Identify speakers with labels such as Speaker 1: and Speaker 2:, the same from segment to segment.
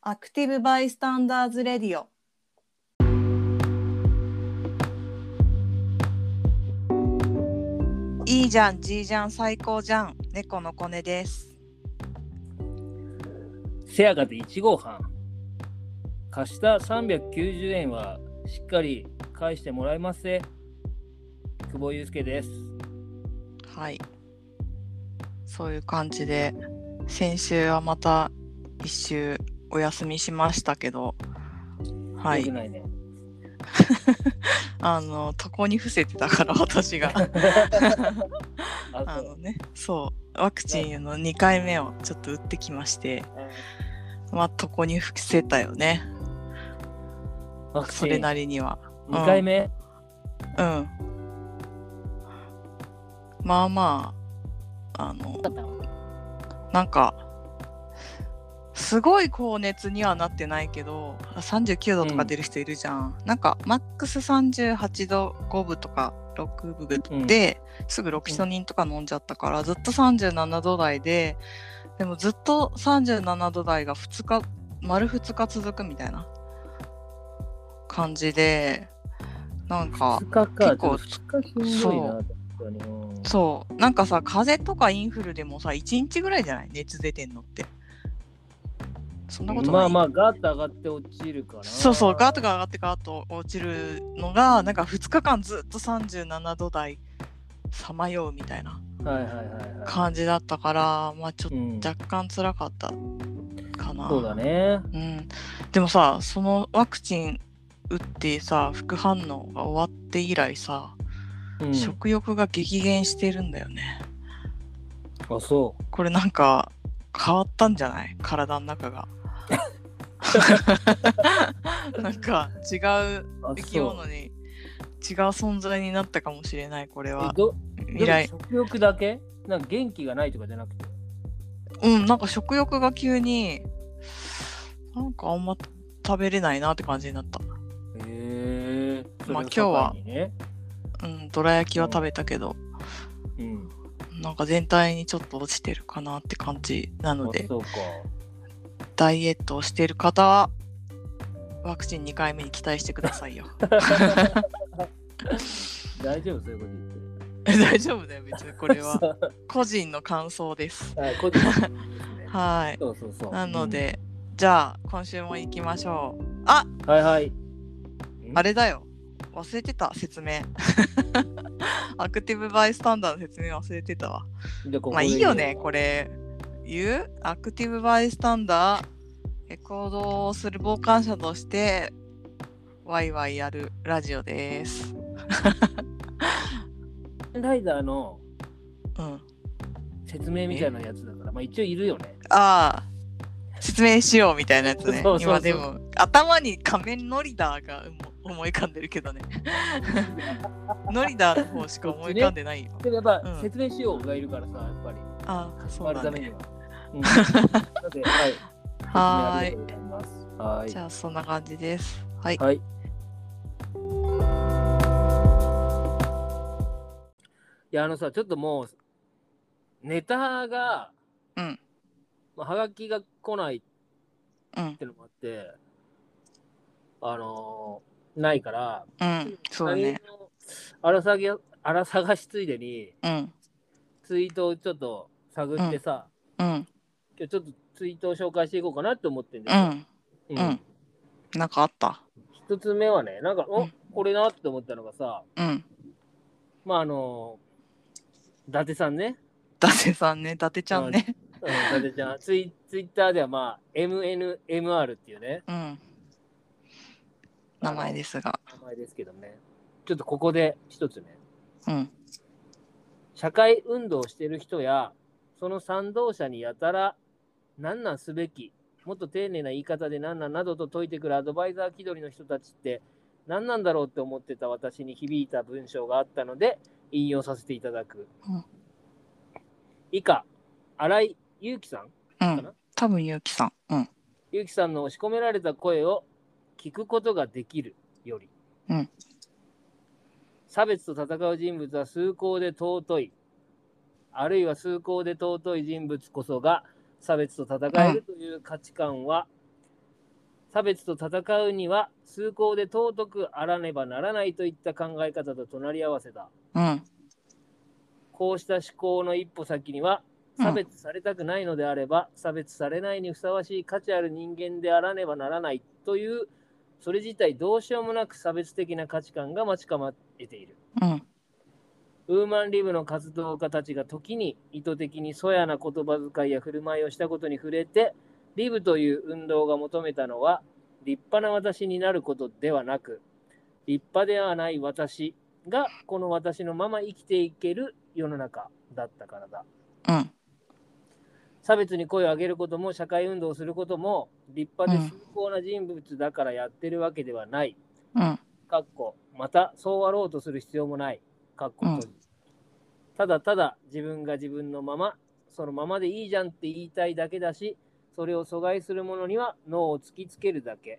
Speaker 1: アクティブバイスタンダーズレディオ。いいじゃん、じいじゃん、最高じゃん、猫のコネです。
Speaker 2: せやがて1号半。貸した390円はしっかり返してもらいますせ。久保祐介です。
Speaker 1: はい。そういう感じで、先週はまた一周お休みしましたけど、は
Speaker 2: よく
Speaker 1: い。
Speaker 2: ないね。
Speaker 1: あの、床に伏せてたから、私 が。
Speaker 2: あ
Speaker 1: あ
Speaker 2: そう
Speaker 1: のね、そう、ワクチンの2回目をちょっと打ってきまして、まあ、床に伏せたよね、
Speaker 2: ワクチ
Speaker 1: そ
Speaker 2: ン
Speaker 1: れなりには。うん
Speaker 2: 2回目、
Speaker 1: うん。まあまあ、あの、なんか、すごい高熱にはなってないけど、39度とか出る人いるじゃん。なんか、マックス38度5分とか6分で、すぐロキソニンとか飲んじゃったから、ずっと37度台で、でもずっと37度台が2日、丸2日続くみたいな感じで、なんか、
Speaker 2: 2日か。
Speaker 1: 結構
Speaker 2: ちょっと二日しんどいな。確かにうん
Speaker 1: そうなんかさ風邪とかインフルでもさ1日ぐらいじゃない熱出てんのってそんなことない
Speaker 2: まあまあ、ガーッと上がって落ちるから。
Speaker 1: そうそうガーッとか上がってガーッと落ちるのがなんか2日間ずっと37度台さまようみたいな
Speaker 2: はいはいはいはい。
Speaker 1: 感じだったからまあちょっ
Speaker 2: うん
Speaker 1: と若干辛かったかな、
Speaker 2: そうだね。
Speaker 1: うん、でもさそのワクチン打ってさ副反応が終わって以来さ、
Speaker 2: うん、
Speaker 1: 食欲が激減してるんだよね
Speaker 2: あ、そ
Speaker 1: これなんか変わったんじゃない体の中 が。なんか違う
Speaker 2: う。あ
Speaker 1: 生き
Speaker 2: そう
Speaker 1: 物に違う存在になったかもしれないこれ
Speaker 2: え
Speaker 1: は
Speaker 2: ど
Speaker 1: 未来
Speaker 2: でも食欲だけなんか元気がないとかじゃなくて。
Speaker 1: うんなんか食欲が急になんかあんま食べれないなって感じになった
Speaker 2: へえ。
Speaker 1: まあ今日は
Speaker 2: それを境にね
Speaker 1: うんどら焼きは食べたけど、
Speaker 2: うん。
Speaker 1: なんか全体にちょっと落ちてるかなって感じなの
Speaker 2: あ
Speaker 1: で
Speaker 2: そうか。
Speaker 1: ダイエットをしている方はワクチン2回目に期待してくださいよ
Speaker 2: 大丈夫そういうこと
Speaker 1: 大丈夫だよ別にこれ
Speaker 2: 言っ
Speaker 1: は
Speaker 2: て。
Speaker 1: 個人の感想です。
Speaker 2: はい、個人の意見ですね
Speaker 1: はい。
Speaker 2: そうそうそう。
Speaker 1: なので、じゃあ今週も行きましょう。あ、
Speaker 2: うん。はいはい。
Speaker 1: あれだよ。忘れてた説明。 アクティブバイスタンダーの説明忘れてたわ。
Speaker 2: じゃあここ
Speaker 1: まあ
Speaker 2: で
Speaker 1: い
Speaker 2: 言う
Speaker 1: いよね、。これ。言うアクティブバイスタンダー、レコードをする傍観者として、ワイワイやるラジオです。
Speaker 2: ライダーの
Speaker 1: うん。
Speaker 2: 説明みたいなやつだから、まあ一応いるよね。
Speaker 1: ああ説明しようみたいなやつね
Speaker 2: そうそうそう
Speaker 1: 今でも頭に仮面ノリダーが思思い浮かんでるけどねノリダーの方しか思い浮かんでないよ、
Speaker 2: でもやっぱ、
Speaker 1: うん
Speaker 2: 説明しようがいるからさ、やっぱり。
Speaker 1: ああそ
Speaker 2: 変わ
Speaker 1: う
Speaker 2: る
Speaker 1: だ
Speaker 2: ために
Speaker 1: ね
Speaker 2: は。 うんなので、はい。
Speaker 1: はーい
Speaker 2: 説明ありがとうございます。はーい
Speaker 1: じ。ゃあそんな感じですはい、
Speaker 2: はい。いや、あのさ、ちょっともう、ネタが、
Speaker 1: うん
Speaker 2: まあ、はがきが来ないっ
Speaker 1: うん
Speaker 2: てのもあって、あのーないから、
Speaker 1: うんそうね
Speaker 2: あらさげ、あら探しついでに、
Speaker 1: うん
Speaker 2: ツイートをちょっと探ってさ、
Speaker 1: うん
Speaker 2: 今日ちょっとツイートを紹介していこうかなって思ってんです
Speaker 1: う
Speaker 2: よ。
Speaker 1: ん
Speaker 2: う
Speaker 1: うんなんかあった
Speaker 2: 一つ目はね、なんか、
Speaker 1: う
Speaker 2: お
Speaker 1: ん
Speaker 2: これなって思ったのがさ、
Speaker 1: うん
Speaker 2: まああの伊達さんね、
Speaker 1: 伊達さんね伊達ちゃんね
Speaker 2: うん、伊達ちゃんツイツイッターではまあ MNMR っていうね
Speaker 1: うん名前ですが
Speaker 2: 名前ですけどねちょっとここで一つね
Speaker 1: うん
Speaker 2: 社会運動をしてる人やその賛同者にやたら何なんすべきもっと丁寧な言い方で何なんなどと説いてくるアドバイザー気取りの人たちって何なんだろうって思ってた私に響いた文章があったので引用させていただく、
Speaker 1: うん
Speaker 2: 以下新井祐樹さん
Speaker 1: う
Speaker 2: かなん
Speaker 1: 多分ゆうきさんうん
Speaker 2: ゆうきさんの押し込められた声を聞くことができるより、
Speaker 1: うん
Speaker 2: 差別と戦う人物は崇高で尊いあるいは崇高で尊い人物こそが差別と戦えるという価値観は、差別と戦うには崇高で尊くあらねばならないといった考え方と隣り合わせだ。
Speaker 1: うん
Speaker 2: こうした思考の一歩先には、
Speaker 1: うん
Speaker 2: 差別されたくないのであれば、差別されないにふさわしい価値ある人間であらねばならないという、それ自体どうしようもなく差別的な価値観が待ち構えている。
Speaker 1: うん
Speaker 2: ウーマンリブの活動家たちが時に意図的にそやな言葉遣いや振る舞いをしたことに触れて、リブという運動が求めたのは、立派な私になることではなく、立派ではない私がこの私のまま生きていける世の中だったからだ。
Speaker 1: うん
Speaker 2: 差別に声を上げることも社会運動をすることも立派で崇高な人物だからやってるわけではない。
Speaker 1: うん
Speaker 2: かっこまたそうあろうとする必要もない。かっこ閉じ
Speaker 1: う
Speaker 2: ただただ自分が自分のままそのままでいいじゃんって言いたいだけだしそれを阻害する者には脳を突きつけるだけ。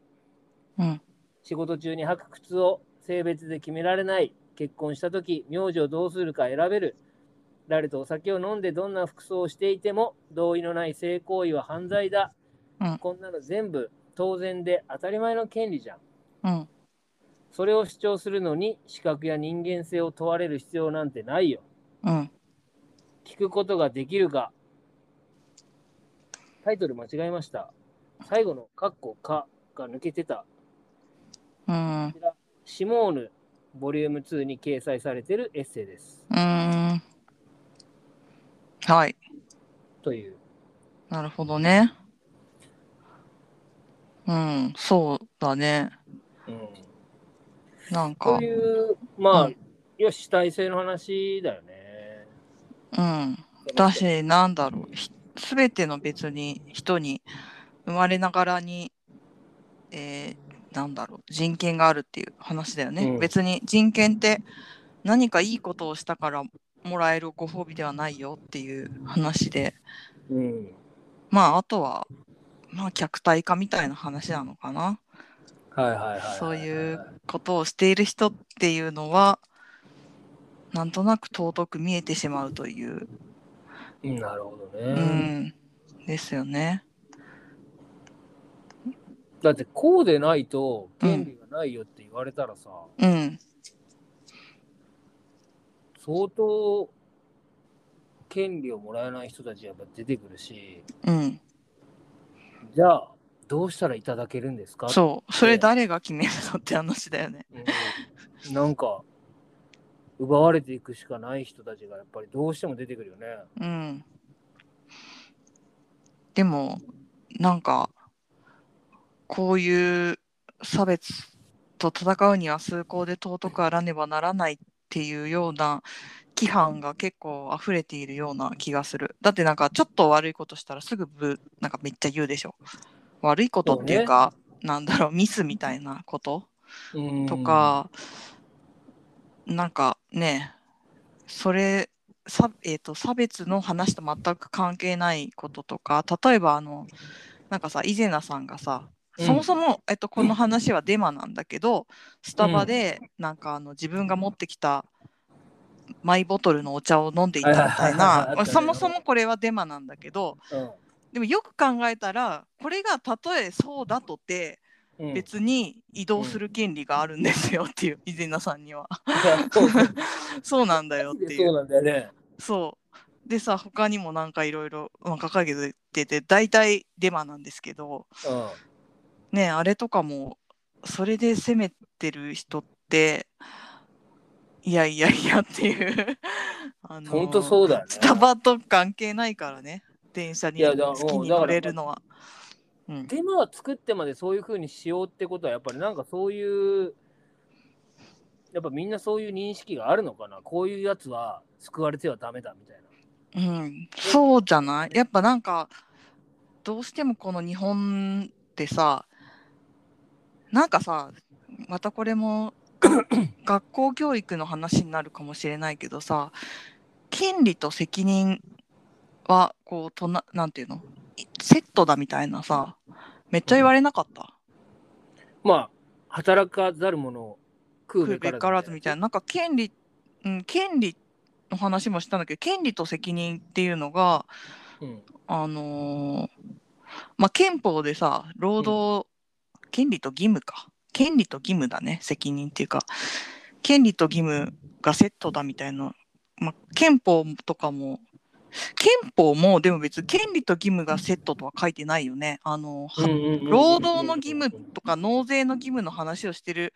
Speaker 1: うん
Speaker 2: 仕事中に履く靴を性別で決められない結婚した時名字をどうするか選べる誰とお酒を飲んでどんな服装をしていても同意のない性行為は犯罪だ、
Speaker 1: うん
Speaker 2: こんなの全部当然で当たり前の権利じゃん
Speaker 1: うん
Speaker 2: それを主張するのに資格や人間性を問われる必要なんてないよ
Speaker 1: うん
Speaker 2: 聞くことができるかタイトル間違えました最後の「カッコか」が抜けてた
Speaker 1: うん
Speaker 2: シモーヌボリューム2に掲載されているエッセイです。
Speaker 1: うんはい
Speaker 2: という。
Speaker 1: なるほどねうんそうだねなんか
Speaker 2: という、まあ、
Speaker 1: う
Speaker 2: よし、主体性の話だよね。
Speaker 1: うんだし、なんだろう、すべての別に人に生まれながらに、えーなんだろう、人権があるっていう話だよね。
Speaker 2: うん
Speaker 1: 別に人権って何かいいことをしたからもらえるご褒美ではないよっていう話で、
Speaker 2: うん。
Speaker 1: まあ、あとは、まあ、客体化みたいな話なのかな。
Speaker 2: はいはいはいはい。
Speaker 1: そういうことをしている人っていうのは、なんとなく尊く見えてしまうという、
Speaker 2: うん。なるほどね。
Speaker 1: うん、ですよね。
Speaker 2: だって、こうでないと、権利がないよって言われたらさ、
Speaker 1: うん、
Speaker 2: 相当、権利をもらえない人たちやっぱ出てくるし、
Speaker 1: うん、
Speaker 2: じゃあ、どうしたらいただけるんですか
Speaker 1: そう、それ誰が決めるのって話だよね。
Speaker 2: うんなんか奪われていくしかない人たちがやっぱりどうしても出てくるよね。
Speaker 1: うん。でも、なんか、こういう差別と戦うには崇高で尊くあらねばならないっていうような規範が結構溢れているような気がする。だってなんかちょっと悪いことしたらすぐぶ、なんかめっちゃ言うでしょ。悪いことっていうか、なんだろう、ミスみたいなこととか、なんかねそれさ、えー、と差別の話と全く関係ないこととか例えばあのなんかさ伊勢名さんがさ
Speaker 2: うん
Speaker 1: そもそも、えっと、この話はデマなんだけど、スタバでなんかあの自分が持ってきたマイボトルのお茶を飲んでいたみたい
Speaker 2: あった
Speaker 1: な
Speaker 2: ね
Speaker 1: そもそもこれはデマなんだけど
Speaker 2: う
Speaker 1: でもよく考えたらこれがたとえそうだとて、
Speaker 2: ん、うん、
Speaker 1: 別に移動する権利があるんですよっていう、伊勢名さんには
Speaker 2: いやそう
Speaker 1: そうなんだよってい
Speaker 2: そう
Speaker 1: う
Speaker 2: なんだよね。
Speaker 1: そうでさ他にもなんかいろいろ掲げてて大体デマなんですけどねあれとかもそれで責めてる人っていやいやいやっていう あ
Speaker 2: うん、
Speaker 1: の
Speaker 2: 本当そうだよね。
Speaker 1: スタバと関係ないからね電車
Speaker 2: い
Speaker 1: に
Speaker 2: やだ
Speaker 1: 好きに乗れるのはうん
Speaker 2: デマは作ってまでそういう風にしようってことはやっぱりなんかそういうやっぱみんなそういう認識があるのかなこういうやつは救われてはダメだみたいな。
Speaker 1: うん、そうじゃないやっぱなんかどうしてもこの日本ってさなんかさまたこれも学校教育の話になるかもしれないけどさ権利と責任はこうとななんていうのいセットだみたいなさめっちゃ言われなかった
Speaker 2: まあ働かざる者を食う
Speaker 1: 食う
Speaker 2: べ
Speaker 1: べ
Speaker 2: か
Speaker 1: から
Speaker 2: ら
Speaker 1: ず
Speaker 2: ず
Speaker 1: み
Speaker 2: み
Speaker 1: たい
Speaker 2: たい
Speaker 1: ななんか権利、うん、権利の話もしたんだけど権利と責任っていうのが
Speaker 2: な。うん
Speaker 1: あのーまあ、憲法でさ労働権利と義務か権利と義務だね責任っていうか権利と義務がセットだみたいな、まあ、憲法とかも憲法もでも別に権利と義務がセットとは書いてないよねあの、は労働の義務とか納税の義務の話をしてる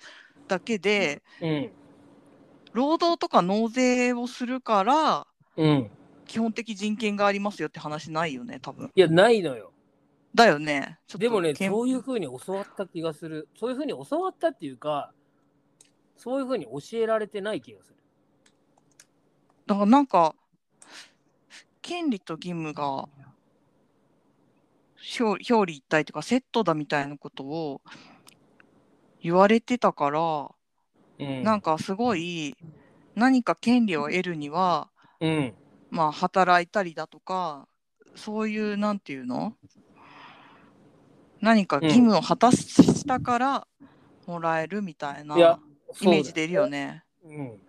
Speaker 1: だけで
Speaker 2: うん
Speaker 1: 労働とか納税をするから
Speaker 2: うん
Speaker 1: 基本的人権がありますよって話ないよね多分
Speaker 2: いやないのよ
Speaker 1: だよねちょっと
Speaker 2: でもね
Speaker 1: 憲
Speaker 2: そういうふうに教わった気がするそういうふうに教わったっていうかそういうふうに教えられてない気がする
Speaker 1: だからなんか権利と義務が表表裏一体というかセットだみたいなことを言われてたから、
Speaker 2: うん
Speaker 1: なんかすごい何か権利を得るには、
Speaker 2: うん
Speaker 1: まあ、働いたりだとかそういうなんていうの何か義務を果たしたからもらえるみたいない
Speaker 2: や
Speaker 1: イメージでいるよね。
Speaker 2: そうだよ、うん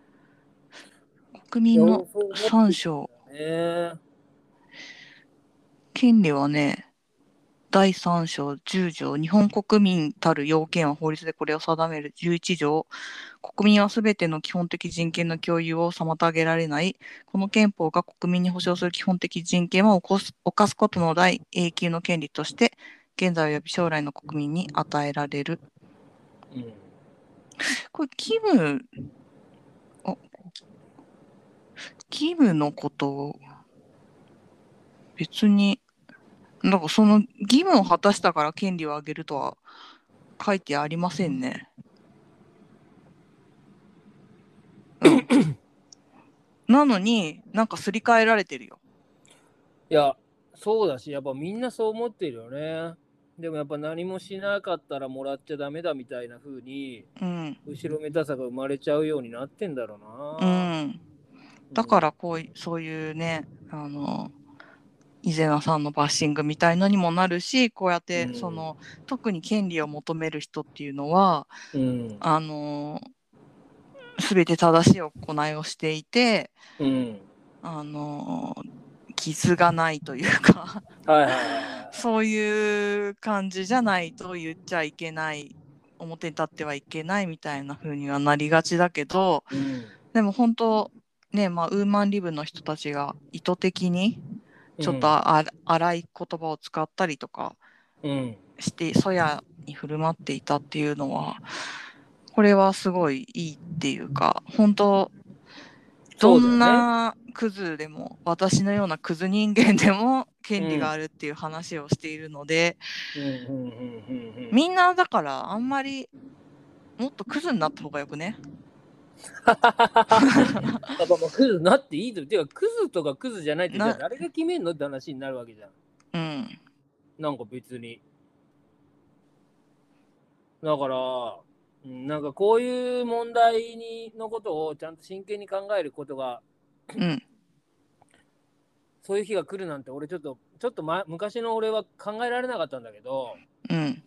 Speaker 1: 国民の
Speaker 2: そう思って
Speaker 1: 三章
Speaker 2: ね
Speaker 1: 権利はね第3章10条日本国民たる要件は法律でこれを定める11条国民はすべての基本的人権の共有を妨げられないこの憲法が国民に保障する基本的人権を起こす犯すことのない永久の権利として現在及び将来の国民に与えられる
Speaker 2: うん
Speaker 1: これ義務あ義務のことを別になんかその義務を果たしたから権利をあげるとは書いてありませんね。うん、なのになんかすり替えられてるよ。
Speaker 2: いや、そうだし、やっぱみんなそう思ってるよね。でもやっぱ何もしなかったらもらっちゃダメだみたいな風に、
Speaker 1: うん
Speaker 2: 後ろめたさが生まれちゃうようになってんだろう
Speaker 1: う
Speaker 2: な。
Speaker 1: ん、だからこういそういうねあの伊勢名さんのバッシングみたいのにもなるしこうやって、
Speaker 2: うん
Speaker 1: その特に権利を求める人っていうのは
Speaker 2: うん、うん。
Speaker 1: あの全て正しい行いをしていて
Speaker 2: うん。
Speaker 1: あの傷がないというか
Speaker 2: はいはいはい。
Speaker 1: そういう感じじゃないと言っちゃいけない表に立ってはいけないみたいな風にはなりがちだけど
Speaker 2: うん
Speaker 1: でも本当ねまあウーマンリブの人たちが意図的にちょっと、あ、荒い言葉を使ったりとか
Speaker 2: うん。
Speaker 1: してそやに振る舞っていたっていうのはこれはすごいいいっていうか本当どんなクズでも、私のようなクズ人間でも権利があるっていう話をしているので、
Speaker 2: そうだよね、うんうんうんうんうん。
Speaker 1: みんなだからあんまりもっとクズになった方がよくね。
Speaker 2: やっぱもうクズなっていいと。てか、クズとかクズじゃないって、じゃあ誰が決めんのって話になるわけじゃん。
Speaker 1: うん
Speaker 2: なんか別に。だから、うんなんかこういう問題にのことをちゃんと真剣に考えることが、
Speaker 1: うん
Speaker 2: そういう日が来るなんて、俺ちょっと、ちょっと、ま、昔の俺は考えられなかったんだけど、
Speaker 1: うん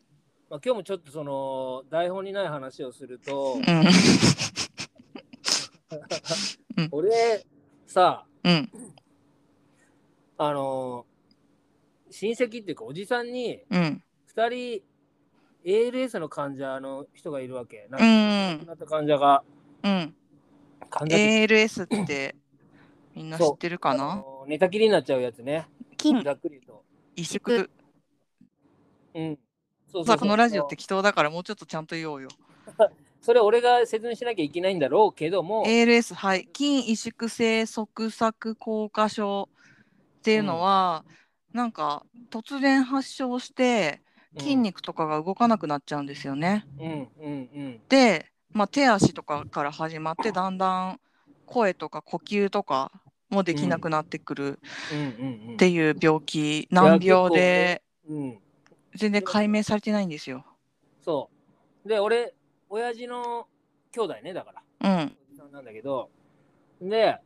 Speaker 2: まあ、今日もちょっとその台本にない話をすると、
Speaker 1: うん
Speaker 2: 俺さ、
Speaker 1: うん
Speaker 2: あの親戚っていうかおじさんに
Speaker 1: うん
Speaker 2: 2人 ALS の患者の人がいるわけ。亡
Speaker 1: う
Speaker 2: く
Speaker 1: ん
Speaker 2: なった患者が、
Speaker 1: うん
Speaker 2: 患者って
Speaker 1: ALS ってみんな知ってるか
Speaker 2: あ
Speaker 1: な
Speaker 2: の寝たきりになっちゃうやつね。ざっくり言うと。
Speaker 1: 萎縮
Speaker 2: うん。そうそうそ
Speaker 1: さ
Speaker 2: う
Speaker 1: あこのラジオ適当だからもうちょっとちゃんと言おうよ。
Speaker 2: それ俺が説明しなきゃいけないんだろうけども、
Speaker 1: ALS はい筋萎縮性側索硬化症っていうのは、なんか突然発症して筋肉とかが動かなくなっちゃうんですよね。
Speaker 2: うんうんうん
Speaker 1: で、まあ、手足とかから始まってだんだん声とか呼吸とかもできなくなってくる
Speaker 2: うんうんうん
Speaker 1: っていう病気、難病で
Speaker 2: うん
Speaker 1: 全然解明されてないんですよ。
Speaker 2: そうで俺親父の兄弟ねだから
Speaker 1: うん
Speaker 2: おじさんなんだけどで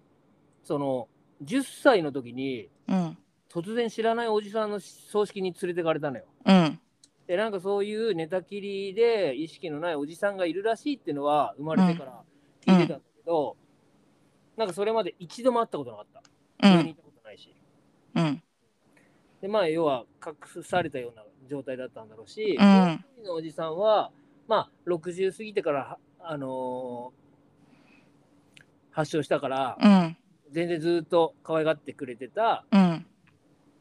Speaker 2: その10歳の時に
Speaker 1: うん
Speaker 2: 突然知らないおじさんの葬式に連れてかれたのよ
Speaker 1: うん
Speaker 2: でなんかそういう寝たきりで意識のないおじさんがいるらしいっていうのは生まれてから聞いてたんだけど、なんかそれまで一度も会ったことなかった
Speaker 1: う
Speaker 2: 病院に
Speaker 1: ん
Speaker 2: 行ったことないし、
Speaker 1: うん
Speaker 2: でまあ要は隠されたような状態だったんだろうし、
Speaker 1: うん
Speaker 2: 病院のおじさんは、まあ、60過ぎてからは、あのー発症したから、
Speaker 1: うん
Speaker 2: 全然ずっと可愛がってくれてた、
Speaker 1: うん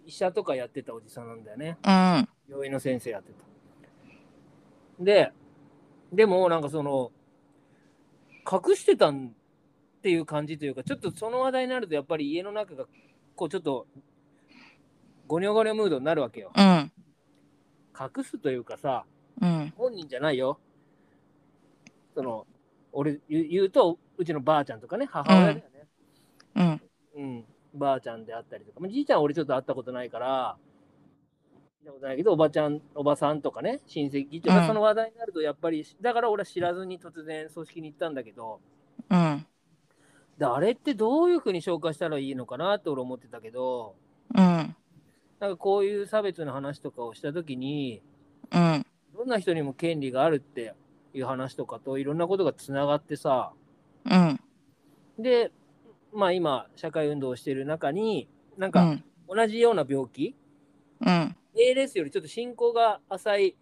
Speaker 2: 医者とかやってたおじさんなんだよね。
Speaker 1: うん
Speaker 2: 病院の先生やってた。で、でもなんかその、隠してたんっていう感じというか、ちょっとその話題になるとやっぱり家の中がこうちょっと、ごにょごにょムードになるわけよ。
Speaker 1: うん
Speaker 2: 隠すというかさ、
Speaker 1: うん
Speaker 2: 本人じゃないよ。その、俺言う言うと、うちのばあちゃんとかね、母親だよね。
Speaker 1: うん
Speaker 2: うん、ばあちゃんであったりとか、まあ、じいちゃんは俺ちょっと会ったことないから、見たことないけど、おばちゃん、おばさんとかね、親戚とか、
Speaker 1: うん
Speaker 2: その話題になると、やっぱり、だから俺は知らずに突然組織に行ったんだけど、
Speaker 1: うん
Speaker 2: であれってどういうふうに紹介したらいいのかなって俺思ってたけど、
Speaker 1: うん
Speaker 2: なんかこういう差別の話とかをしたときに、
Speaker 1: うん
Speaker 2: どんな人にも権利があるっていう話とかといろんなことがつながってさ、
Speaker 1: うん
Speaker 2: で、まあ今、社会運動をしている中に、なん
Speaker 1: う
Speaker 2: か
Speaker 1: ん
Speaker 2: 同じような病気、
Speaker 1: うん
Speaker 2: ALS よりちょっと進行が浅い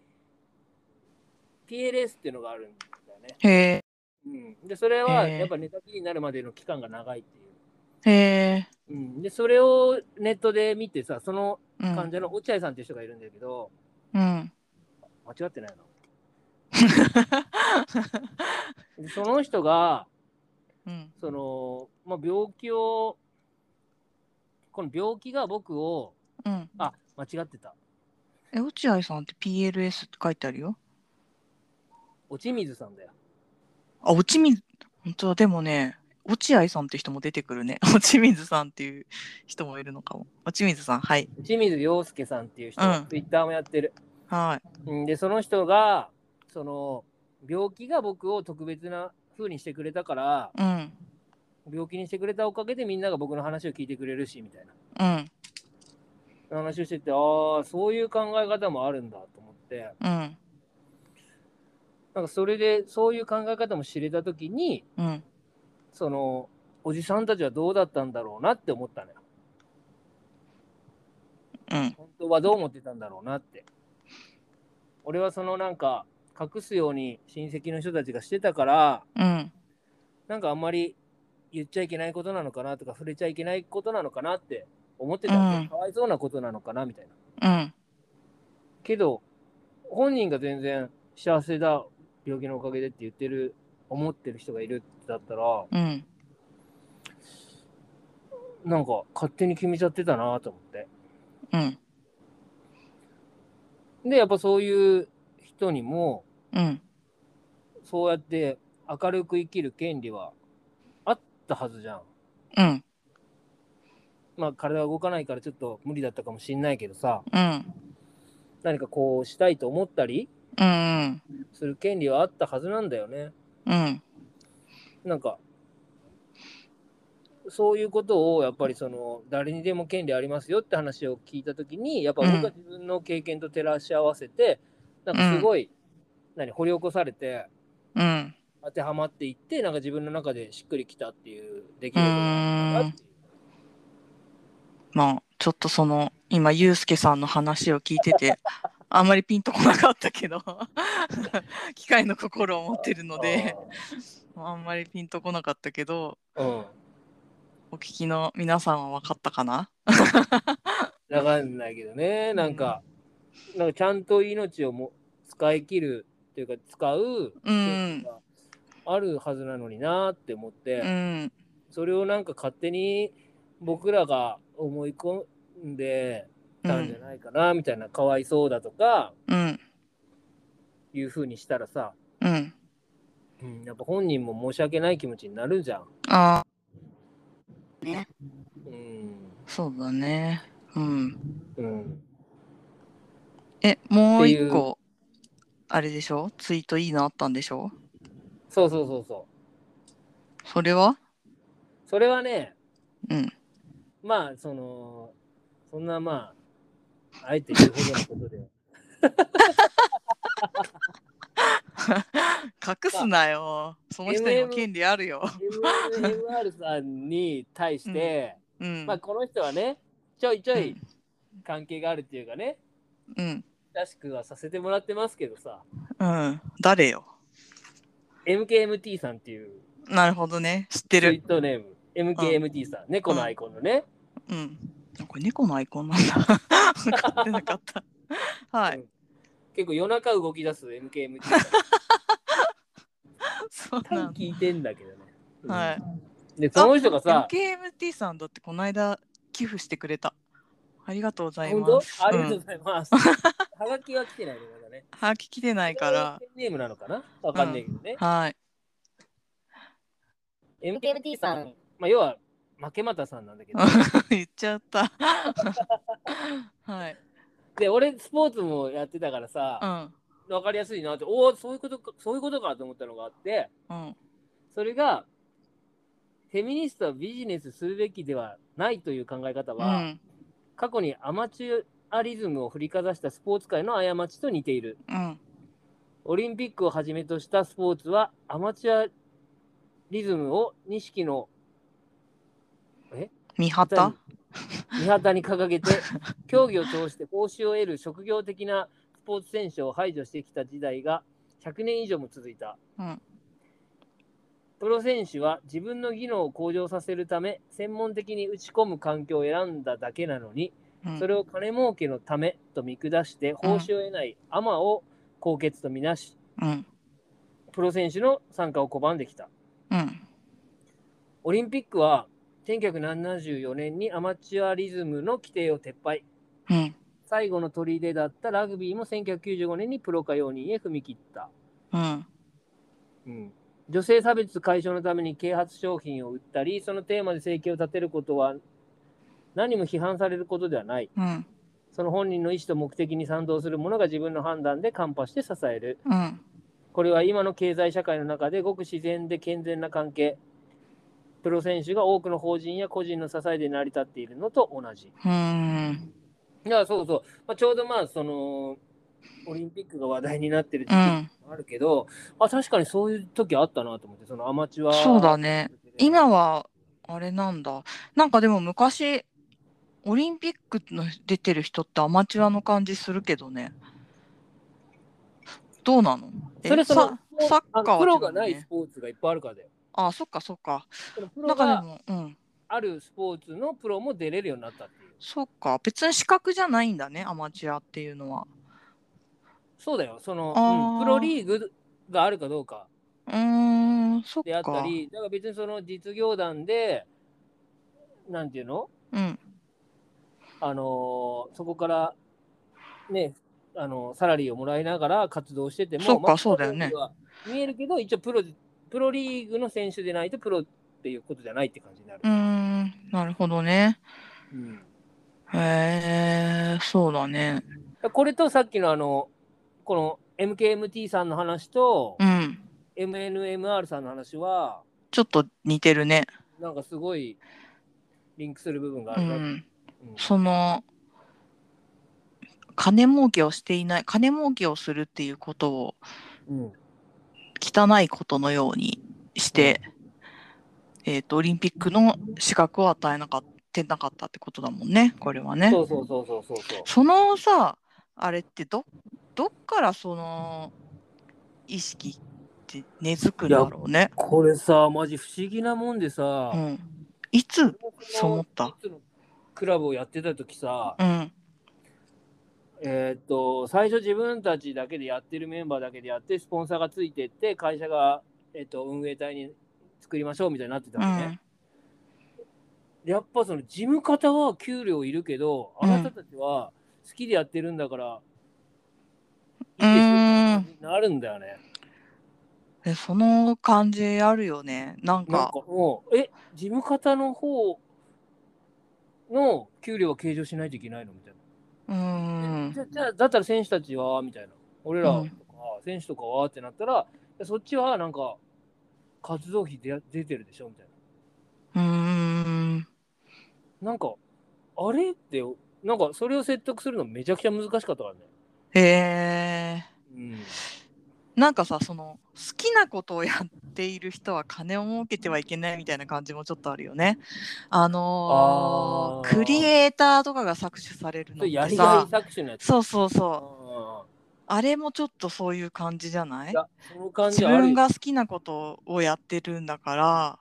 Speaker 2: PLS っていうのがあるんだよね。
Speaker 1: へえ
Speaker 2: うん、でそれは
Speaker 1: へえ
Speaker 2: やっぱ寝たきりになるまでの期間が長いっていう。
Speaker 1: へえ
Speaker 2: うん、でそれをネットで見てさその
Speaker 1: う
Speaker 2: 患
Speaker 1: ん
Speaker 2: 者の落合さんっていう人がいるんだけど、
Speaker 1: うん
Speaker 2: 間違っ てないのでその人が
Speaker 1: うん
Speaker 2: その、まあ、病気をこの病気が僕を
Speaker 1: うん
Speaker 2: あ間違ってた
Speaker 1: え落合さんって PLS って書いてあるよ
Speaker 2: 落水さんだよ。
Speaker 1: あ落水本当だでもね落合さんって人も出てくるね落水さんっていう人もいるのかも落水さんはい
Speaker 2: 落水陽介さんっていう人、
Speaker 1: うん
Speaker 2: ツイッターもやってる。
Speaker 1: はい
Speaker 2: うんでその人がその病気が僕を特別な風にしてくれたから
Speaker 1: うん
Speaker 2: 病気にしてくれたおかげでみんなが僕の話を聞いてくれるしみたい
Speaker 1: うん
Speaker 2: な話をしててああそういう考え方もあるんだと思って
Speaker 1: うん
Speaker 2: なんかそれでそういう考え方も知れた時に
Speaker 1: うん
Speaker 2: そのおじさんたちはどうだったんだろうなって思ったのよ
Speaker 1: うん
Speaker 2: 本当はどう思ってたんだろうなって俺はそのなんか隠すように親戚の人たちがしてたから
Speaker 1: うん
Speaker 2: なんかあんまり言っちゃいけないことなのかなとか触れちゃいけないことなのかなって思ってたんで、
Speaker 1: うん
Speaker 2: かわいそうなことなのかなみたい
Speaker 1: う
Speaker 2: な
Speaker 1: ん
Speaker 2: けど本人が全然幸せだ病気のおかげでって言ってる思ってる人がいるってだったら
Speaker 1: うん
Speaker 2: なんか勝手に決めちゃってたなと思って
Speaker 1: うん
Speaker 2: でやっぱそういう人にも
Speaker 1: うん
Speaker 2: そうやって明るく生きる権利はあったはずじゃん
Speaker 1: うん
Speaker 2: まあ体が動かないからちょっと無理だったかもしんないけどさ
Speaker 1: うん
Speaker 2: 何かこうしたいと思ったり
Speaker 1: うん
Speaker 2: する権利はあったはずなんだよね。
Speaker 1: うん
Speaker 2: なんか、そういうことをやっぱりその誰にでも権利ありますよって話を聞いたときに、やっぱ僕は自分の経験と照らし合わせて、なんかすごい、何、掘り起こされて、
Speaker 1: うん
Speaker 2: 当てはまっていって、なんか自分の中でしっくりきたっていう出来
Speaker 1: う
Speaker 2: 事だ
Speaker 1: ん
Speaker 2: ったっていう。
Speaker 1: まあちょっとその今ユうスケさんの話を聞いててあんまりピンとこなかったけど 機械の心を持ってるのであんまりピンとこなかったけど
Speaker 2: あー、うん。
Speaker 1: お聞きの皆さんは分かったかな
Speaker 2: わかんないけどね、なんか、なんかちゃんと命をも使い切るというか、使う
Speaker 1: うん
Speaker 2: があるはずなのになーって思って、
Speaker 1: うん
Speaker 2: それをなんか勝手に僕らが思い込んでたんじゃないかなみたいな、かわいそうだとか
Speaker 1: うん
Speaker 2: いうふうにしたらさ、
Speaker 1: うん
Speaker 2: うん、やっぱ本人も申し訳ない気持ちになるじゃん。
Speaker 1: ああ
Speaker 2: うん
Speaker 1: そうだねうん
Speaker 2: うん、
Speaker 1: えもう
Speaker 2: ってい
Speaker 1: 一
Speaker 2: う
Speaker 1: 個あれでしょツイートいいのあったんでしょ
Speaker 2: そうそうそうそう。
Speaker 1: それは
Speaker 2: それはね、
Speaker 1: うん
Speaker 2: まあそのそんなまああえて言うほどのことでは
Speaker 1: 隠すなよその人にも権利あるよ
Speaker 2: MMR さんに対して、
Speaker 1: うん
Speaker 2: まあこの人はねちょいちょい関係があるっていうかね、
Speaker 1: うん
Speaker 2: らしくはさせてもらってますけどさ、
Speaker 1: うん。誰よ。
Speaker 2: MKMT さんっていう
Speaker 1: なるほどね。知って
Speaker 2: ツイ
Speaker 1: る。
Speaker 2: ートネーム、MKMT さん、猫のアイコンのね、
Speaker 1: うん。これ猫のアイコンなんだ。 分かってなかった。は
Speaker 2: う
Speaker 1: い
Speaker 2: ん。結構夜中動き出す MKMT さん、
Speaker 1: そう
Speaker 2: 多
Speaker 1: な
Speaker 2: 分
Speaker 1: ん
Speaker 2: 聞いてんだけどね。うん
Speaker 1: だ。はい。
Speaker 2: で、その人がさ、
Speaker 1: MKMT さんだってこの間寄付してくれた。ありがとうござい
Speaker 2: 本
Speaker 1: ま
Speaker 2: 当
Speaker 1: す。
Speaker 2: ありがと
Speaker 1: う
Speaker 2: う
Speaker 1: ん
Speaker 2: ございます。はがきは来てないね、まだね。
Speaker 1: はがき来てないから。
Speaker 2: ペンネームなのかなわかんないけどね。
Speaker 1: はい。
Speaker 2: MKMT さん、まあ、要は、負けまたさんなんだけど。
Speaker 1: 言っちゃった。はい。
Speaker 2: で、俺、スポーツもやってたからさ、わかりやすいなって、おお、そういうことか、そういうことかと思ったのがあって、
Speaker 1: うん。うん。
Speaker 2: それが、フェミニストはビジネスするべきではないという考え方
Speaker 1: う
Speaker 2: は、
Speaker 1: ん。
Speaker 2: 過去にアマチュアリズムを振りかざしたスポーツ界の過ちと似ている。
Speaker 1: うん。
Speaker 2: オリンピックをはじめとしたスポーツはアマチュアリズムを錦の
Speaker 1: 見張った
Speaker 2: 見旗に掲げて競技を通して報酬を得る職業的なスポーツ選手を排除してきた時代が100年以上も続いた、
Speaker 1: うん
Speaker 2: プロ選手は自分の技能を向上させるため専門的に打ち込む環境を選んだだけなのに
Speaker 1: うん
Speaker 2: それを金儲けのためと見下して報酬を得ないアマを高潔とみなし
Speaker 1: うん。
Speaker 2: プロ選手の参加を拒んできた
Speaker 1: うん。
Speaker 2: オリンピックは1974年にアマチュアリズムの規定を撤廃
Speaker 1: うん。
Speaker 2: 最後の砦だったラグビーも1995年にプロ化容認へ踏み切った、
Speaker 1: うん。
Speaker 2: 女性差別解消のために啓発商品を売ったりそのテーマで生計を立てることは何も批判されることではない
Speaker 1: うん。
Speaker 2: その本人の意思と目的に賛同する者が自分の判断で看破して支える
Speaker 1: うん。
Speaker 2: これは今の経済社会の中でごく自然で健全な関係プロ選手が多くの法人や個人の支えで成り立っているのと同じ
Speaker 1: うん。
Speaker 2: いや、そうそう。まあ、ちょうどまあ、その、オリンピックが話題になってる時
Speaker 1: う
Speaker 2: 期
Speaker 1: ん。
Speaker 2: もあるけど、あ、確かにそういう時あったなと思って、そのアマチュア。
Speaker 1: そうだね。今はあれなんだなんかでも昔オリンピックの出てる人ってアマチュアの感じするけどねどうなのえ
Speaker 2: それその
Speaker 1: さサッカーは
Speaker 2: あのプロが
Speaker 1: 違うよね
Speaker 2: ないスポーツがいっぱいあるからだよ。
Speaker 1: あそっかそっか
Speaker 2: そのプロ
Speaker 1: 中で
Speaker 2: が
Speaker 1: もうん
Speaker 2: あるスポーツのプロも出れるようになったっていう。
Speaker 1: そっか別に資格じゃないんだねアマチュアっていうのは
Speaker 2: そうだよ。その、
Speaker 1: あー
Speaker 2: うんプロリーグがあるかどうか
Speaker 1: うーんそっ
Speaker 2: であった
Speaker 1: か
Speaker 2: り、だから別にその実業団で、なんていうの
Speaker 1: うん
Speaker 2: あのーそこから、ね、あのーサラリーをもらいながら活動してても、
Speaker 1: そっか
Speaker 2: まあ
Speaker 1: そうだよね。
Speaker 2: プロリーグは見えるけど、一応プロ、プロリーグの選手でないとプロっていうことじゃないって感じになる
Speaker 1: うー。んなるほどね
Speaker 2: うん
Speaker 1: へえそうだね
Speaker 2: これとさっきのあの、この MKMT さんの話と
Speaker 1: う、ん
Speaker 2: MNMR さんの話は、
Speaker 1: ちょっと似てるね
Speaker 2: なんかすごいリンクする部分があ
Speaker 1: う
Speaker 2: るな。うん
Speaker 1: んその金儲けをしていない金儲けをするっていうことを
Speaker 2: うん
Speaker 1: 汚いことのようにして、えー、とオリンピックの資格を与えなかってなかったってことだもんねこれはね。
Speaker 2: そうそうそうそうそうそう。
Speaker 1: そのさあれってどどっからその意識って根付くんだろうね。
Speaker 2: これさ、マジ不思議なもんでさ、
Speaker 1: うん、いつそう思った
Speaker 2: いつのクラブをやってた時さ、
Speaker 1: うん
Speaker 2: えーっと最初自分たちだけでやってるメンバーだけでやってスポンサーがついてって会社が、えーっと運営体に作りましょうみたいになってた
Speaker 1: う
Speaker 2: の
Speaker 1: ん
Speaker 2: ね、でやっぱその事務方は給料いるけどあ
Speaker 1: うん
Speaker 2: なたたちは好きでやってるんだから、
Speaker 1: う
Speaker 2: いいでしょ
Speaker 1: ーん
Speaker 2: ってなるんだよね
Speaker 1: えその感じあるよねなん
Speaker 2: なん
Speaker 1: か
Speaker 2: かもうえ事務方の方の給料は計上しないといけないのみたいな
Speaker 1: うーん
Speaker 2: じゃじゃあだったら選手たちはみたいな俺らと
Speaker 1: う
Speaker 2: か
Speaker 1: ん、
Speaker 2: 選手とかはってなったらいやそっちはなんか活動費で出てるでしょみたいう
Speaker 1: ーん
Speaker 2: ななんかあれってなんかそれを説得するのめちゃくちゃ難しかったからね、
Speaker 1: へえ
Speaker 2: うん、
Speaker 1: なんかさその好きなことをやっている人は金を儲けてはいけないみたいな感じもちょっとあるよね。あのー
Speaker 2: あー
Speaker 1: クリエイターとかが搾取される
Speaker 2: そ
Speaker 1: のっ
Speaker 2: れや
Speaker 1: て
Speaker 2: りがい
Speaker 1: さ
Speaker 2: 搾取のやつ
Speaker 1: そうそうそあれもちょっとそういう感じじゃない
Speaker 2: いや、その感
Speaker 1: 自
Speaker 2: じある
Speaker 1: 分
Speaker 2: よ。
Speaker 1: が好きなことをやってるんだから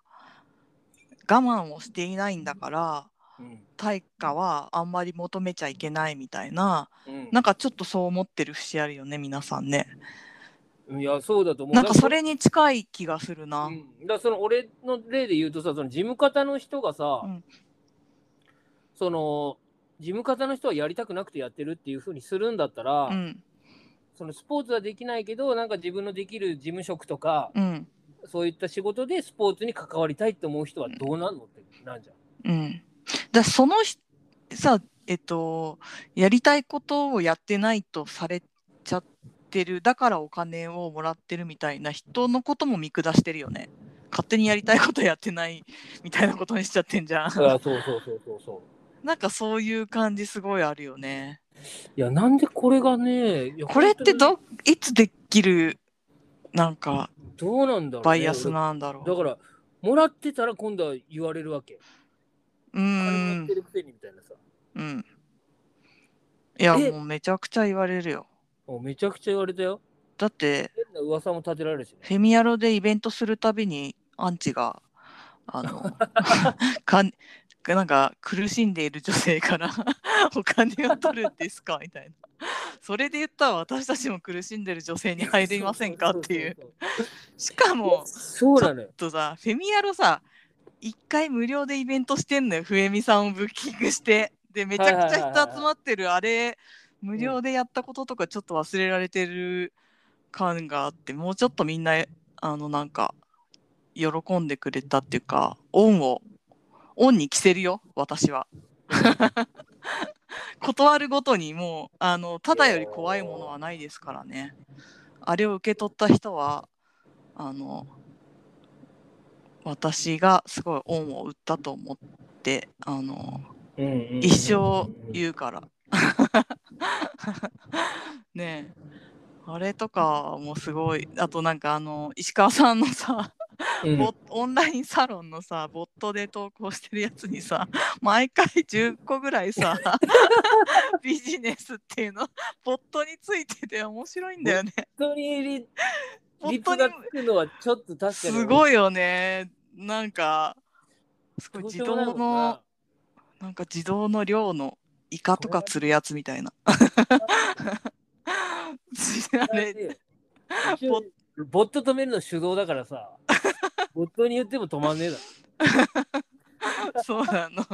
Speaker 1: 我慢をしていないんだから
Speaker 2: うん
Speaker 1: 対価はあんまり求めちゃいけないみたいな
Speaker 2: うん
Speaker 1: なんかちょっとそう思ってる節あるよね皆さんね
Speaker 2: うんいや、そうだと思う。
Speaker 1: なんか
Speaker 2: だ
Speaker 1: それに近い気がするな、
Speaker 2: うんだからその俺の例で言うとさ、その事務方の人がさ、
Speaker 1: うん
Speaker 2: その事務方の人はやりたくなくてやってるっていうふうにするんだったら、
Speaker 1: うん
Speaker 2: そのスポーツはできないけど、なんか自分のできる事務職とか、
Speaker 1: うん
Speaker 2: そういった仕事でスポーツに関わりたいって思う人はどうなんのってな んじゃ
Speaker 1: う
Speaker 2: ん。
Speaker 1: んだそのひさえっとやりたいことをやってないとされちゃってるだからお金をもらってるみたいな人のことも見下してるよね勝手にやりたいことやってないみたいなことにしちゃってんじゃん
Speaker 2: あそうそうそうそうそう。
Speaker 1: なんかそういう感じすごいあるよね
Speaker 2: いや、なんでこれがね、いや
Speaker 1: これって
Speaker 2: 本
Speaker 1: どいつできるなんか
Speaker 2: 当にどうなんだろう、ね、
Speaker 1: バイアスなんだろ
Speaker 2: だから、もらってたら今度は言われるわけ。
Speaker 1: うう
Speaker 2: 金もらっ
Speaker 1: ん
Speaker 2: てるくせにみたいなさ。
Speaker 1: うんいや
Speaker 2: え
Speaker 1: もうめちゃくちゃ言われるよ
Speaker 2: もうめちゃくちゃ言われたよ。
Speaker 1: だって
Speaker 2: 変な噂も立てられるしね。
Speaker 1: フェミアロでイベントするたびにアンチがあのかんなんか苦しんでいる女性から お金を取るんですかみたいなそれで言ったら私たちも苦しんでる女性に入れませんかっていう
Speaker 2: そ
Speaker 1: しか
Speaker 2: うそうそう
Speaker 1: も
Speaker 2: そう。そうなのよ。
Speaker 1: とさフェミアロさ一回無料でイベントしてんのよフエミさんをブッキングしてでめちゃくちゃ人集まってるあれ無料でやったこととかちょっと忘れられてる感があってもうちょっとみんなあのなんか喜んでくれたっていうかオンをオンに着せるよ私は。 断るごとにもうあのただより怖いものはないですからね。あれを受け取った人はあの私がすごい恩を売ったと思ってあの
Speaker 2: うんうんうんうん
Speaker 1: 一生言うから。 ねえあれとかもすごいあとなんかあの石川さんのさ、
Speaker 2: うん
Speaker 1: ボオンラインサロンのさボットで投稿してるやつにさ 毎回10個ぐらい さビジネスっていうのボットについてて面白いんだよね。
Speaker 2: 本当にリ
Speaker 1: ボ
Speaker 2: リ
Speaker 1: ッ
Speaker 2: プ
Speaker 1: ト
Speaker 2: が
Speaker 1: に
Speaker 2: つくのはちょっと確かに。
Speaker 1: すごいよねなんかすごい
Speaker 2: どうし
Speaker 1: 自
Speaker 2: ようもない
Speaker 1: 動
Speaker 2: もんな
Speaker 1: のなんか自動の量のイカとか釣るやつみたいな あれ
Speaker 2: 一応ボット止めるの手動だからさ。 ボットに言っても止まんねえだろ。
Speaker 1: そうなの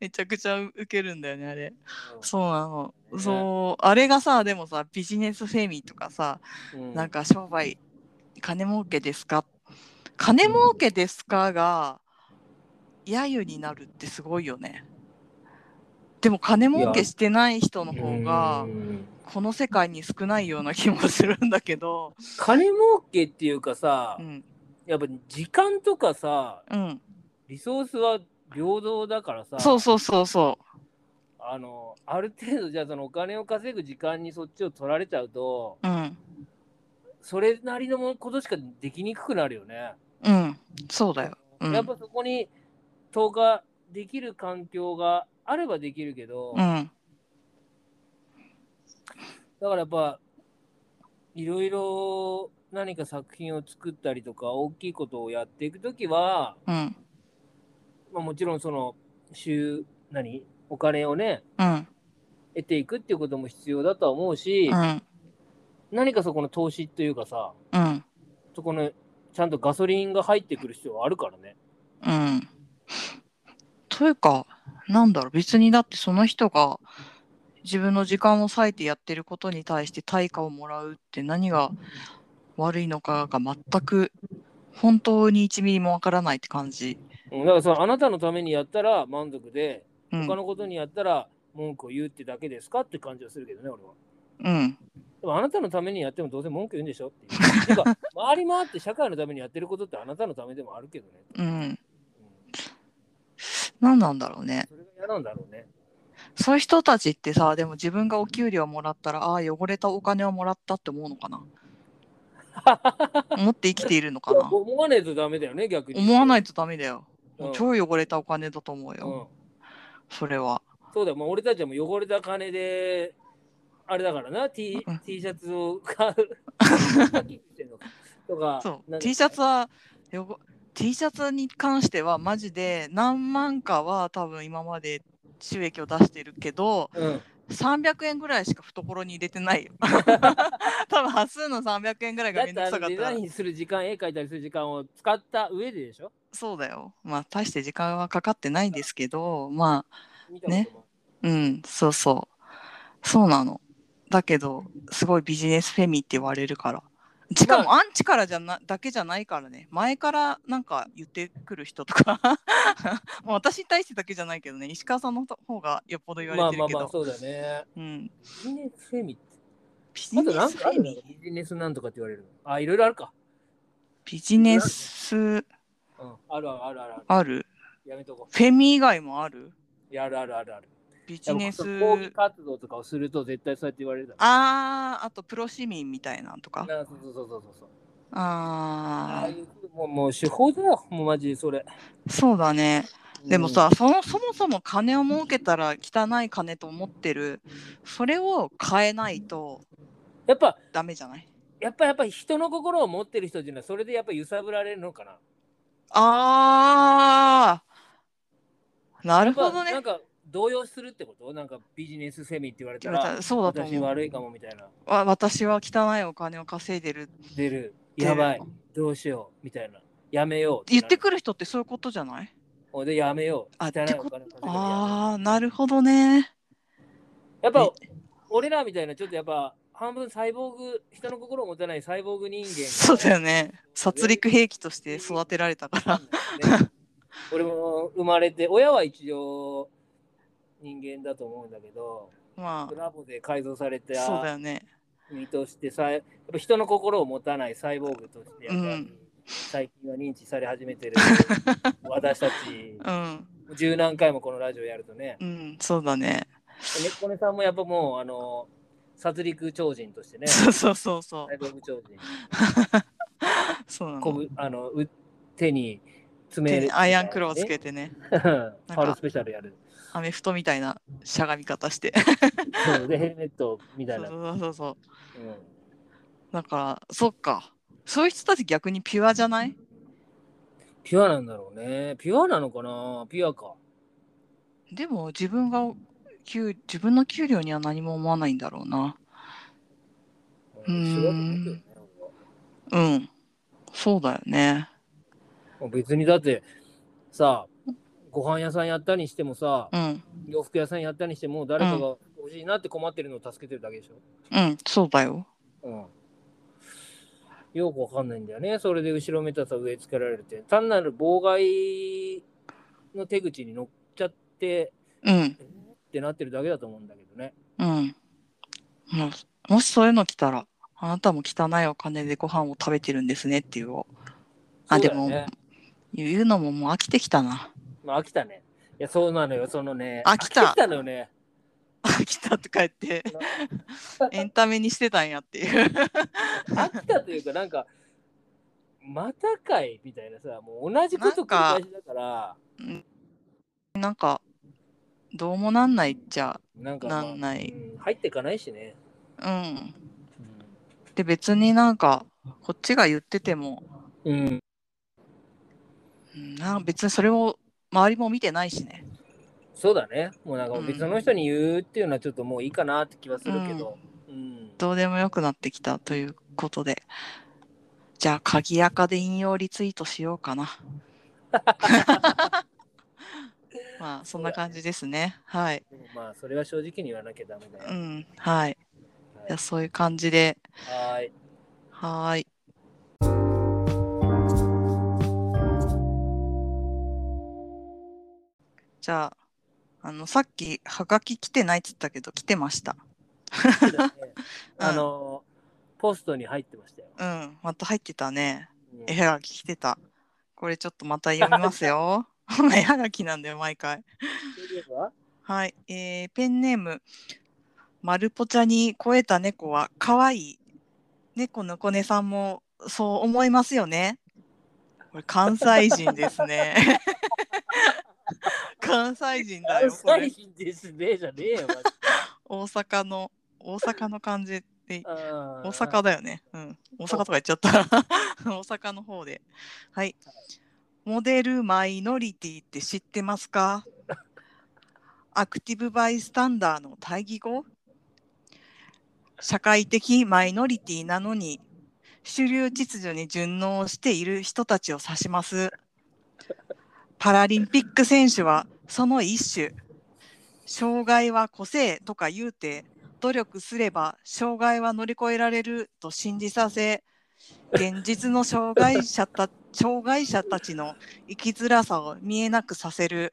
Speaker 1: めちゃくちゃウケるんだよねあれそうなの、
Speaker 2: ね
Speaker 1: そうあれがさでもさビジネスフェミとかさ、
Speaker 2: うん
Speaker 1: なんか商売金儲けですか金儲けですかが揶揄になるってすごいよねでも金儲けしてない人の方が
Speaker 2: うん
Speaker 1: この世界に少ないような気もするんだけど
Speaker 2: 金儲けっていうかさ、
Speaker 1: うん
Speaker 2: やっぱ時間とかさ
Speaker 1: うん
Speaker 2: リソースは平等だからさ
Speaker 1: そうそうそうそ
Speaker 2: あのある程度じゃあそのお金を稼ぐ時間にそっちを取られちゃうと
Speaker 1: ううん
Speaker 2: それなりのもことしかできにくくなるよね。
Speaker 1: うんそうだようん
Speaker 2: やっぱそこに投下できる環境があればできるけど、
Speaker 1: う
Speaker 2: だ
Speaker 1: ん
Speaker 2: からやっぱいろいろ何か作品を作ったりとか大きいことをやっていくときは、
Speaker 1: うん
Speaker 2: まあ、もちろんその収何お金をね
Speaker 1: うん
Speaker 2: 得ていくっていうことも必要だとは思うし、
Speaker 1: うん
Speaker 2: 何かそこの投資というかさ
Speaker 1: うん
Speaker 2: そこのちゃんとガソリンが入ってくる必要はあるからね。
Speaker 1: うん。というか、なんだろう、別にだってその人が自分の時間を割いてやってることに対して対価をもらうって何が悪いのかが全く本当に1ミリもわからないって感じ。
Speaker 2: うんだからそのあなたのためにやったら満足で
Speaker 1: う
Speaker 2: 他
Speaker 1: ん。
Speaker 2: のことにやったら文句を言うってだけですかって感じはするけどね俺は。
Speaker 1: うん。
Speaker 2: でもあなたのためにやってもどうせ文句言うんでしょっていう。 てか回り回って社会のためにやってることってあなたのためでもあるけどね。
Speaker 1: うん。
Speaker 2: うん
Speaker 1: 何なんだろうね。
Speaker 2: それが嫌なんだろうね。
Speaker 1: そういう人たちってさ、でも自分がお給料もらったら、ああ、汚れたお金をもらったって思うのか な思って生きているのか
Speaker 2: いや
Speaker 1: な
Speaker 2: 思わねえとダメだよね逆に。、
Speaker 1: 思わないいとダメだよ。
Speaker 2: うん
Speaker 1: 超汚れたお金だと思うよ。
Speaker 2: うん
Speaker 1: それは。
Speaker 2: そうだよ、もう俺たちはもう汚れた金であれだからな、T,
Speaker 1: うん
Speaker 2: T シャツを買う。とか、
Speaker 1: そ
Speaker 2: な
Speaker 1: う。
Speaker 2: んか
Speaker 1: T シャツはよご T シャツに関してはマジで何万かは多分今まで収益を出してるけど
Speaker 2: うん、
Speaker 1: 300円ぐらいしか懐に入れてない よ。多分端数の300円ぐらい
Speaker 2: だ
Speaker 1: が
Speaker 2: っ
Speaker 1: めん
Speaker 2: て
Speaker 1: どく
Speaker 2: あ
Speaker 1: さか
Speaker 2: の
Speaker 1: っ
Speaker 2: デ
Speaker 1: た
Speaker 2: ザ
Speaker 1: ら
Speaker 2: インする時間、絵描いたりする時間を使った上ででしょ
Speaker 1: そうだよ。まあ大して時間はかかってないんですけどまあ
Speaker 2: 見たことも
Speaker 1: うんそうそうそうなの。だけどすごいビジネスフェミって言われるから。しかもアンチからじゃなだけじゃないからね前からなんか言ってくる人とか もう私に対してだけじゃないけどね石川さんの方がよっぽど言
Speaker 2: ま
Speaker 1: わ
Speaker 2: あ
Speaker 1: れてる
Speaker 2: まあ
Speaker 1: けど、
Speaker 2: まあ、そうだね。
Speaker 1: うん、
Speaker 2: ビジネスフェミって。
Speaker 1: ビジ
Speaker 2: あと
Speaker 1: ネ
Speaker 2: なん
Speaker 1: スフ
Speaker 2: かあ
Speaker 1: ェ
Speaker 2: るの
Speaker 1: ミ
Speaker 2: ビジネスなんとかって言われるの。あ、いろいろあるか。
Speaker 1: ビジネス
Speaker 2: うん、あるあるあるある。
Speaker 1: ある
Speaker 2: やめとこう。
Speaker 1: フェミ以外もある
Speaker 2: いやあるあるあるある。
Speaker 1: ビジネス
Speaker 2: いや僕抗議活動とかをすると絶対そうやって言われるだろ
Speaker 1: あーあとプロ市民みたいなんとか
Speaker 2: なそうそうそうそうそう。ああ
Speaker 1: あ
Speaker 2: いうもうもう手法だよ、もうマジでそれ。
Speaker 1: ーそうだね
Speaker 2: うん
Speaker 1: でもさ、、そのそもそも金を儲けたら汚い金と思ってるそれを変えないと
Speaker 2: やっぱ、
Speaker 1: ダメじゃない
Speaker 2: やっぱ、やっぱ人の心を持ってる人っていうのは、それでやっぱ揺さぶられるのかな。
Speaker 1: あーなる
Speaker 2: や
Speaker 1: ほ
Speaker 2: っぱ
Speaker 1: ど
Speaker 2: な
Speaker 1: ね
Speaker 2: んか動揺するってことなんかビジネスセミって言われたら、
Speaker 1: そうだと
Speaker 2: 私
Speaker 1: 思う
Speaker 2: 悪いかもみたいな。
Speaker 1: わ私は汚いお金を稼いでる
Speaker 2: 出る、
Speaker 1: 出る
Speaker 2: やばい、どうしようみたいな。やめよう
Speaker 1: 言って
Speaker 2: る。
Speaker 1: くる人ってそういうことじゃない
Speaker 2: ほんで、やめよう。
Speaker 1: あ
Speaker 2: 汚い
Speaker 1: って
Speaker 2: お
Speaker 1: こ
Speaker 2: 金稼いでやめよう
Speaker 1: あーなるほどね
Speaker 2: やっぱ、俺らみたいな、ちょっとやっぱ、半分サイボーグ、人の心を持たないサイボーグ人間が。
Speaker 1: そうだよね殺戮兵器として育てられたから
Speaker 2: ね俺も生まれて親は一応人間だと思うんだけど
Speaker 1: ま
Speaker 2: ラボで改造され
Speaker 1: あそうだ
Speaker 2: た
Speaker 1: よね
Speaker 2: 身としてさやっぱ人の心を持たないサイボーグとしてやっぱり
Speaker 1: うん
Speaker 2: 最近は認知され始めてる 私たち
Speaker 1: うん
Speaker 2: 十何回もこのラジオやるとね
Speaker 1: うんそうだね
Speaker 2: 猫根さんもやっぱもうあの殺戮超人としてね
Speaker 1: そうそうそうそ
Speaker 2: サイボーグ超人
Speaker 1: うそうな
Speaker 2: こ
Speaker 1: の
Speaker 2: ぶあのう手に爪
Speaker 1: 手にアイアンクローつ
Speaker 2: て
Speaker 1: けてね
Speaker 2: パルスペシャルやる
Speaker 1: アメフトみたいなしゃがみ方して
Speaker 2: そうでヘルメットみた
Speaker 1: そ
Speaker 2: いうな。
Speaker 1: そうそうそう
Speaker 2: うん
Speaker 1: だからそっかそういう人たち逆にピュアじゃない
Speaker 2: ピュアなんだろうね。ピュアなのかなピュアか。
Speaker 1: でも自分が給自分の給料には何も思わないんだろうな
Speaker 2: う
Speaker 1: ーん
Speaker 2: 仕事向くよね俺は
Speaker 1: うんそうだよね
Speaker 2: もう別にだってさ、ご飯屋さんやったにしてもさ、
Speaker 1: うん
Speaker 2: 洋服屋さんやったにしても、誰かが欲しいなって困ってるのを助けてるだけでし
Speaker 1: うんそうだよ
Speaker 2: ょ。うん。よくわかんないんだよね。それで後ろめたさ植え付けられるって。単なる妨害の手口に乗っちゃって
Speaker 1: うん
Speaker 2: ってなってるだけだと思うんだけどね。
Speaker 1: うんももしそういうの来たらあなたも汚いお金でご飯を食べてるんですねっていうあ
Speaker 2: そうだよね
Speaker 1: でも言うのももう飽きてきた な
Speaker 2: まあ、飽きたね。いや、そうなのよ、そのね。
Speaker 1: 飽きた
Speaker 2: 飽きてきたのよね。
Speaker 1: 飽きたとか言ってエンタメにしてたんやっていう
Speaker 2: 飽きたというか、なんか、またかいみたいなさ、もう同じこと繰り返しだから、
Speaker 1: なんかどうもなんないっちゃ
Speaker 2: なんか、まあ
Speaker 1: なんない
Speaker 2: うん入っていかないしね。
Speaker 1: うんで別になんかこっちが言ってても
Speaker 2: うん。
Speaker 1: うんなん別にそれを周りも見てないしね
Speaker 2: そうだね。もうなんかもう別の人に言うっていうのはちょっともういいかなって気はするけど。うん。
Speaker 1: どうでもよくなってきたということでじゃあ鍵垢で引用リツイートしようかな まあそんな感じですねはい
Speaker 2: でもまあ、それは正直に言わなきゃダメだ
Speaker 1: う
Speaker 2: よ。
Speaker 1: んはい
Speaker 2: はい
Speaker 1: じゃあそういう感じで
Speaker 2: は ーい。
Speaker 1: はーいじゃああのさっきはがき来てないって言ったけど来てました
Speaker 2: そうだね
Speaker 1: うん
Speaker 2: あの、ポストに入ってましたよ。
Speaker 1: うんまた入ってたね
Speaker 2: うん
Speaker 1: 絵はがき来てたこれちょっとまた読みます よ絵はがきなんだよ毎回
Speaker 2: そういえば
Speaker 1: はい、えーペンネームマルポチャに超えた猫は可愛い猫の子ねさんもそう思いますよねこれ関西人ですね関西人だよこ
Speaker 2: 関
Speaker 1: れ
Speaker 2: 西人ですねじゃねえよ。マジで
Speaker 1: 大阪の大阪の感じって
Speaker 2: 大
Speaker 1: 大阪だよね。うん。大阪とか言っちゃった。大阪の方で。はい。モデルマイノリティって知ってますかアクティブバイスタンダーの対義語社会的マイノリティなのに、主流秩序に順応している人たちを指します。パラリンピック選手はその一種。障害は個性とか言うて、努力すれば障害は乗り越えられると信じさせ現実の障害者た 障害者たちの生きづらさを見えなくさせる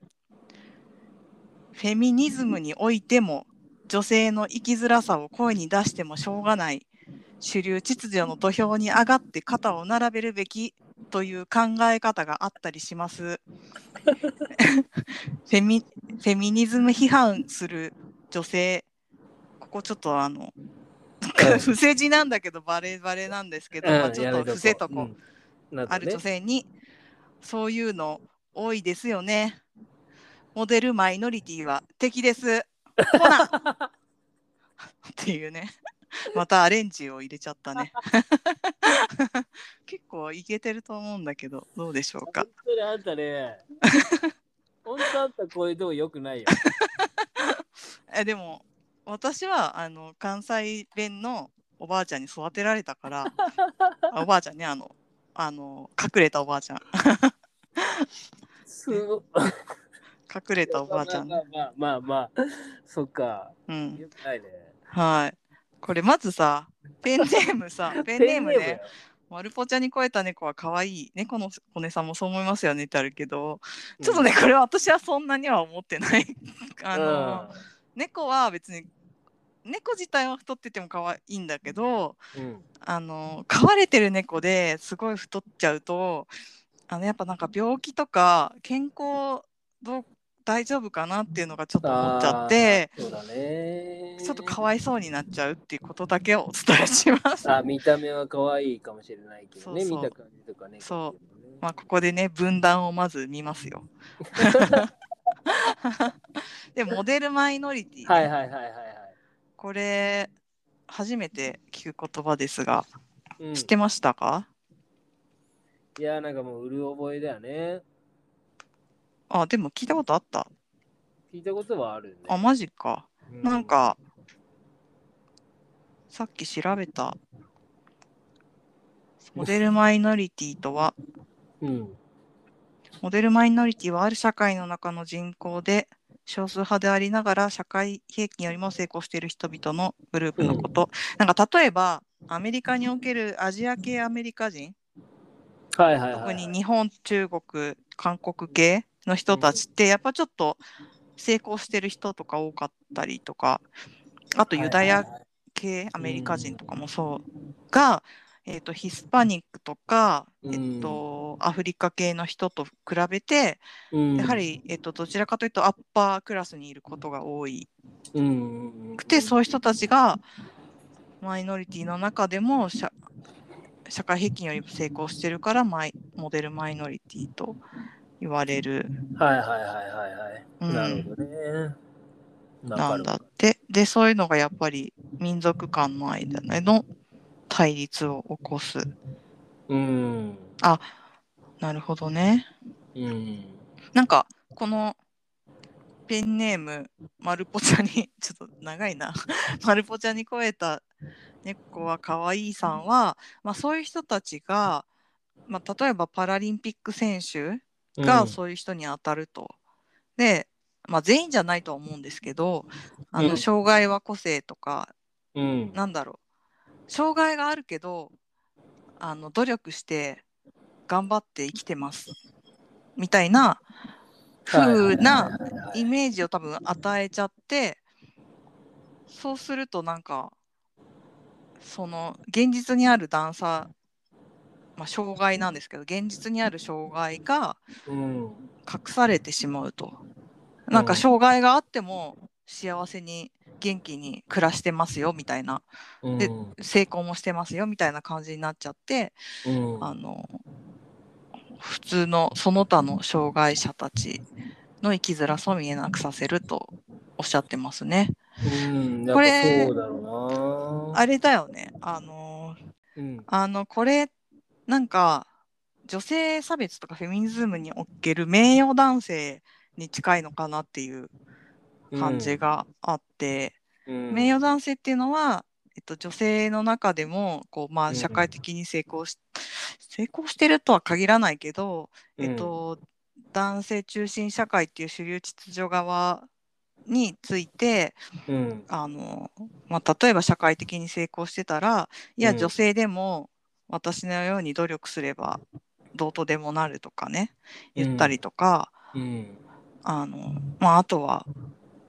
Speaker 1: フェミニズムにおいても女性の生きづらさを声に出してもしょうがない主流秩序の土俵に上がって肩を並べるべきという考え方があったりします。 フェミフェミニズム批判する女性ここちょっとあの 不正字なんだけどバレバレなんですけど、まあ、ちょっと伏せとこう、ある女性に、そういうの多いですよね。モデルマイノリティは敵です。ほらっていうね。またアレンジを入れちゃった ね。結構いけてると思うんだけど、どうでしょうか
Speaker 2: 本。当にあんたね、 本当あんたこういうとこよくないよ。
Speaker 1: えでも、私はあの関西弁のおばあちゃんに育てられた から、あおばあちゃんね、あの、あの隠れたおばあちゃん、
Speaker 2: すごい。
Speaker 1: 隠れたおばあちゃん
Speaker 2: ま。あまあまあまあ、まあそっか。
Speaker 1: うん。
Speaker 2: よくないね。
Speaker 1: はい。これまずさ、ペンネーム さ、ペンネームね。マルポちゃんに超えた猫は可愛い。猫のお姉さんもそう思いますよねってあるけど、ちょっと
Speaker 2: ね、
Speaker 1: ね、これは私はそんなには思ってない。 あの、
Speaker 2: う
Speaker 1: 猫は別に、猫自体は太ってても可愛いんだけど、
Speaker 2: んうん
Speaker 1: あの、飼われてる猫ですごい太っちゃうと、あの、やっぱなんか病気とか健康どう大丈夫かなっていうのがちょっと思っちゃって、
Speaker 2: あーそうだね。
Speaker 1: ちょっとかわいそうになっちゃうっていうことだけをお伝えします。
Speaker 2: あ見た目は可愛いかもしれないけどね、
Speaker 1: そうそう
Speaker 2: 見た感じとかね。。
Speaker 1: そうまあここでね分断をまず見ます よ。でモデルマイノリティ、
Speaker 2: はいはいはいはいはい。
Speaker 1: これ初めて聞く言葉ですが、
Speaker 2: うん、
Speaker 1: 知ってましたか
Speaker 2: いや、なんかもう、うる覚えだよね。
Speaker 1: あでも聞いたことあった
Speaker 2: 聞いたことはあるね。
Speaker 1: あマジか
Speaker 2: う
Speaker 1: なん、かさっき調べたモデルマイノリティとは
Speaker 2: うん。
Speaker 1: モデルマイノリティはある社会の中の人口で少数派でありながら社会平均よりも成功している人々のグループのこと。なんか例えばアメリカにおけるアジア系アメリカ人、
Speaker 2: はいはいはい、
Speaker 1: 特に日本、中国、韓国系の人たちってやっぱちょっと成功してる人とか多かったりとか、あとユダ
Speaker 2: はい
Speaker 1: ヤ
Speaker 2: はいはい
Speaker 1: 系アメリカ人とかもそうが、えー、とヒスパニックとか、えっとアフリカ系の人と比べて
Speaker 2: うん
Speaker 1: やは、り、えっと、どちらかというとアッパークラスにいることが多
Speaker 2: うんうんうん、
Speaker 1: くてそういう人たちがマイノリティの中でも社社会平均より成功してるからマイモデルマイノリティと言われる
Speaker 2: はいはいはいはいはい。
Speaker 1: うん
Speaker 2: なるほどね。
Speaker 1: な
Speaker 2: なんるほ
Speaker 1: だ
Speaker 2: ど
Speaker 1: ってでそういうのがやっぱり民族間の間の対立を起こす
Speaker 2: うん。
Speaker 1: なるほどね
Speaker 2: うん。
Speaker 1: なんかこのペンネームまるぽちゃんに ちょっと長いな まるぽちゃんに超えた猫はかわいいさんは、まあ、そういう人たちが、まあ、例えばパラリンピック選手がそういう人に当たると。で、まあ、全員じゃないとは思うんですけどあ
Speaker 2: うん
Speaker 1: の障害は個性とか、
Speaker 2: うん。
Speaker 1: なんだろう障害があるけどあの努力して頑張って生きてますみたいな風な
Speaker 2: はいはいはいはい
Speaker 1: イメージを多分与えちゃってそうするとなんかその現実にある段差、まあ、障害なんですけど現実にある障害が
Speaker 2: うん。
Speaker 1: 隠されてしまうとなんか障害があっても幸せに元気に暮らしてますよみたいな
Speaker 2: うん
Speaker 1: で成功もしてますよみたいな感じになっちゃって
Speaker 2: うん
Speaker 1: あの普通のその他の障害者たちの生きづらさを見えなくさせるとおっしゃってますね。
Speaker 2: うん、
Speaker 1: こ
Speaker 2: やっぱ
Speaker 1: れ
Speaker 2: そうだろうな。
Speaker 1: あれだよねあの
Speaker 2: うん、
Speaker 1: あのこれなんか女性差別とかフェミニズムにおける名誉男性に近いのかなっていう感じがあって、
Speaker 2: うん、
Speaker 1: 名誉男性っていうのは、えっと、女性の中でもこう、ま
Speaker 2: う
Speaker 1: あ、
Speaker 2: ん
Speaker 1: 社会的に成功し、成功してるとは限らないけど、
Speaker 2: うん、
Speaker 1: えっと、男性中心社会っていう主流秩序側について
Speaker 2: うん、
Speaker 1: あの、まあ、例えば社会的に成功してたらいや、
Speaker 2: うん
Speaker 1: 女性でも私のように努力すればどうとでもなるとかね言ったりとか、
Speaker 2: うん、
Speaker 1: あのまあ、あとは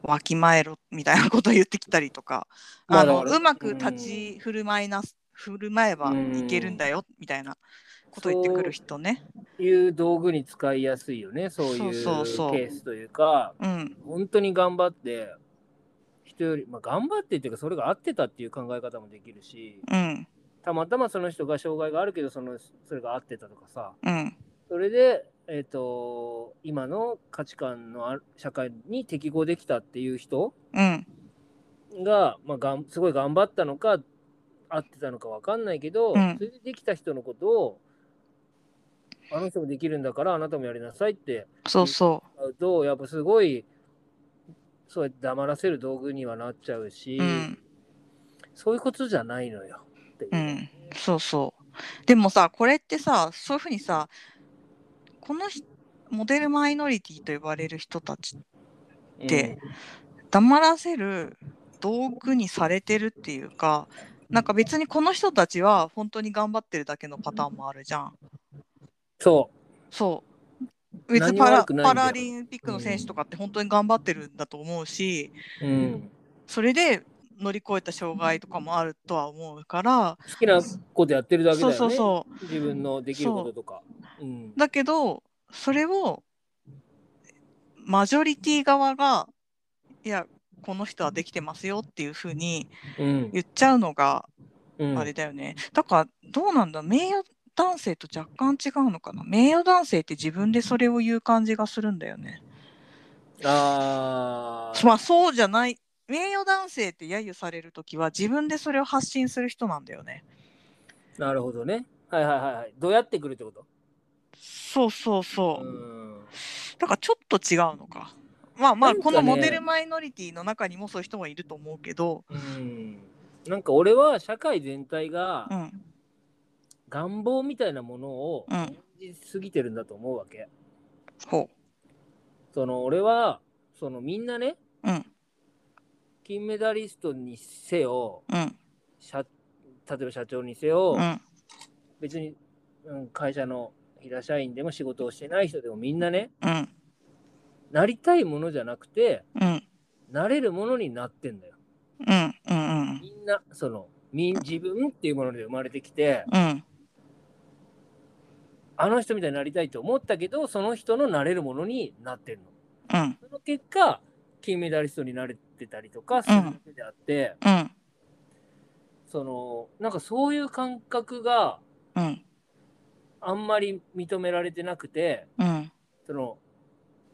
Speaker 1: わきまえろみたいなこと言ってきたりとか
Speaker 2: まあ
Speaker 1: あの
Speaker 2: だから
Speaker 1: うまく立ち振る舞いなす振る舞えばいけるんだよみたいなこと言ってくる人ね。
Speaker 2: いう道具に使いやすいよね、そういう
Speaker 1: そうそうそう
Speaker 2: ケースというか、
Speaker 1: うん、
Speaker 2: 本当に頑張って、人より、まあ、頑張ってっていうか、それが合ってたっていう考え方もできるし、
Speaker 1: うん、
Speaker 2: たまたまその人が障害があるけど、そのそれが合ってたとかさ、
Speaker 1: うん、
Speaker 2: それで、えっと今の価値観のある社会に適合できたっていう人
Speaker 1: うん、
Speaker 2: が、まあ、がんすごい頑張ったのか合ってたのか分かんないけど、
Speaker 1: うん
Speaker 2: それでできた人のことをあの人もできるんだからあなたもやりなさいって
Speaker 1: そうそう。
Speaker 2: 会うとやっぱすごいそうやって黙らせる道具にはなっちゃうし、
Speaker 1: うん
Speaker 2: そういうことじゃないのよっていうう。
Speaker 1: ん、そうそう。でもさ、これってさ、そういうふうにさ、このひモデルマイノリティと呼ばれる人たち、で黙らせる道具にされてるっていうか、なんか別にこの人たちは本当に頑張ってるだけのパターンもあるじゃん。
Speaker 2: そ
Speaker 1: そう。別
Speaker 2: 何
Speaker 1: に
Speaker 2: も
Speaker 1: パ
Speaker 2: 悪
Speaker 1: ラ
Speaker 2: くないんだよ
Speaker 1: パラリンピックの選手とかって本当に頑張ってるんだと思うし、
Speaker 2: う、うん、
Speaker 1: それで乗り越えた障害とかもあるとは思うから、
Speaker 2: 好きなことやってるだけだよ
Speaker 1: そうそ
Speaker 2: ね
Speaker 1: うそう。
Speaker 2: 自分のできることとか。うん
Speaker 1: だけどそれをマジョリティ側がいやこの人はできてますよっていうふうに
Speaker 2: うん
Speaker 1: 言っちゃうのが
Speaker 2: うん
Speaker 1: あれだよね、だからどうなんだ名誉男性と若干違うのかな名誉男性って自分でそれを言う感じがするんだよね
Speaker 2: あー
Speaker 1: まあそうじゃない名誉男性って揶揄される時は自分でそれを発信する人なんだよね
Speaker 2: なるほどね。はいはいはいはい。どうやってくるってこと
Speaker 1: そうそうそうう、
Speaker 2: ん。
Speaker 1: だからちょっと違うのかまあまあ
Speaker 2: なんか
Speaker 1: こ
Speaker 2: ね
Speaker 1: のモデルマイノリティの中にもそういう人もいると思うけど
Speaker 2: うん。なんか俺は社会全体が
Speaker 1: うん
Speaker 2: 願望みたいなものを
Speaker 1: うん
Speaker 2: 感じすぎてるんだと思うわけ。
Speaker 1: ほ
Speaker 2: その俺は、そのみんなね、
Speaker 1: う。うん。
Speaker 2: 金メダリストにせよ、
Speaker 1: うん。
Speaker 2: 社例えば社長にせよ、
Speaker 1: うん。
Speaker 2: 別に、うん、会社の平社員でも仕事をしてない人でもみんなね、
Speaker 1: うん。
Speaker 2: なりたいものじゃなくて、
Speaker 1: うん。
Speaker 2: なれるものになってんだよ。
Speaker 1: うん。うん。
Speaker 2: みんな、その、みん自分っていうもので生まれてきて、
Speaker 1: うん。
Speaker 2: あの人みたいになりたいと思ったけど、その人のなれるものになってるの。
Speaker 1: うん。
Speaker 2: その結果、金メダリストになれてたりとかするだけであって、
Speaker 1: うん。
Speaker 2: その、なんかそういう感覚が
Speaker 1: うん。
Speaker 2: あんまり認められてなくて、
Speaker 1: うん。
Speaker 2: その、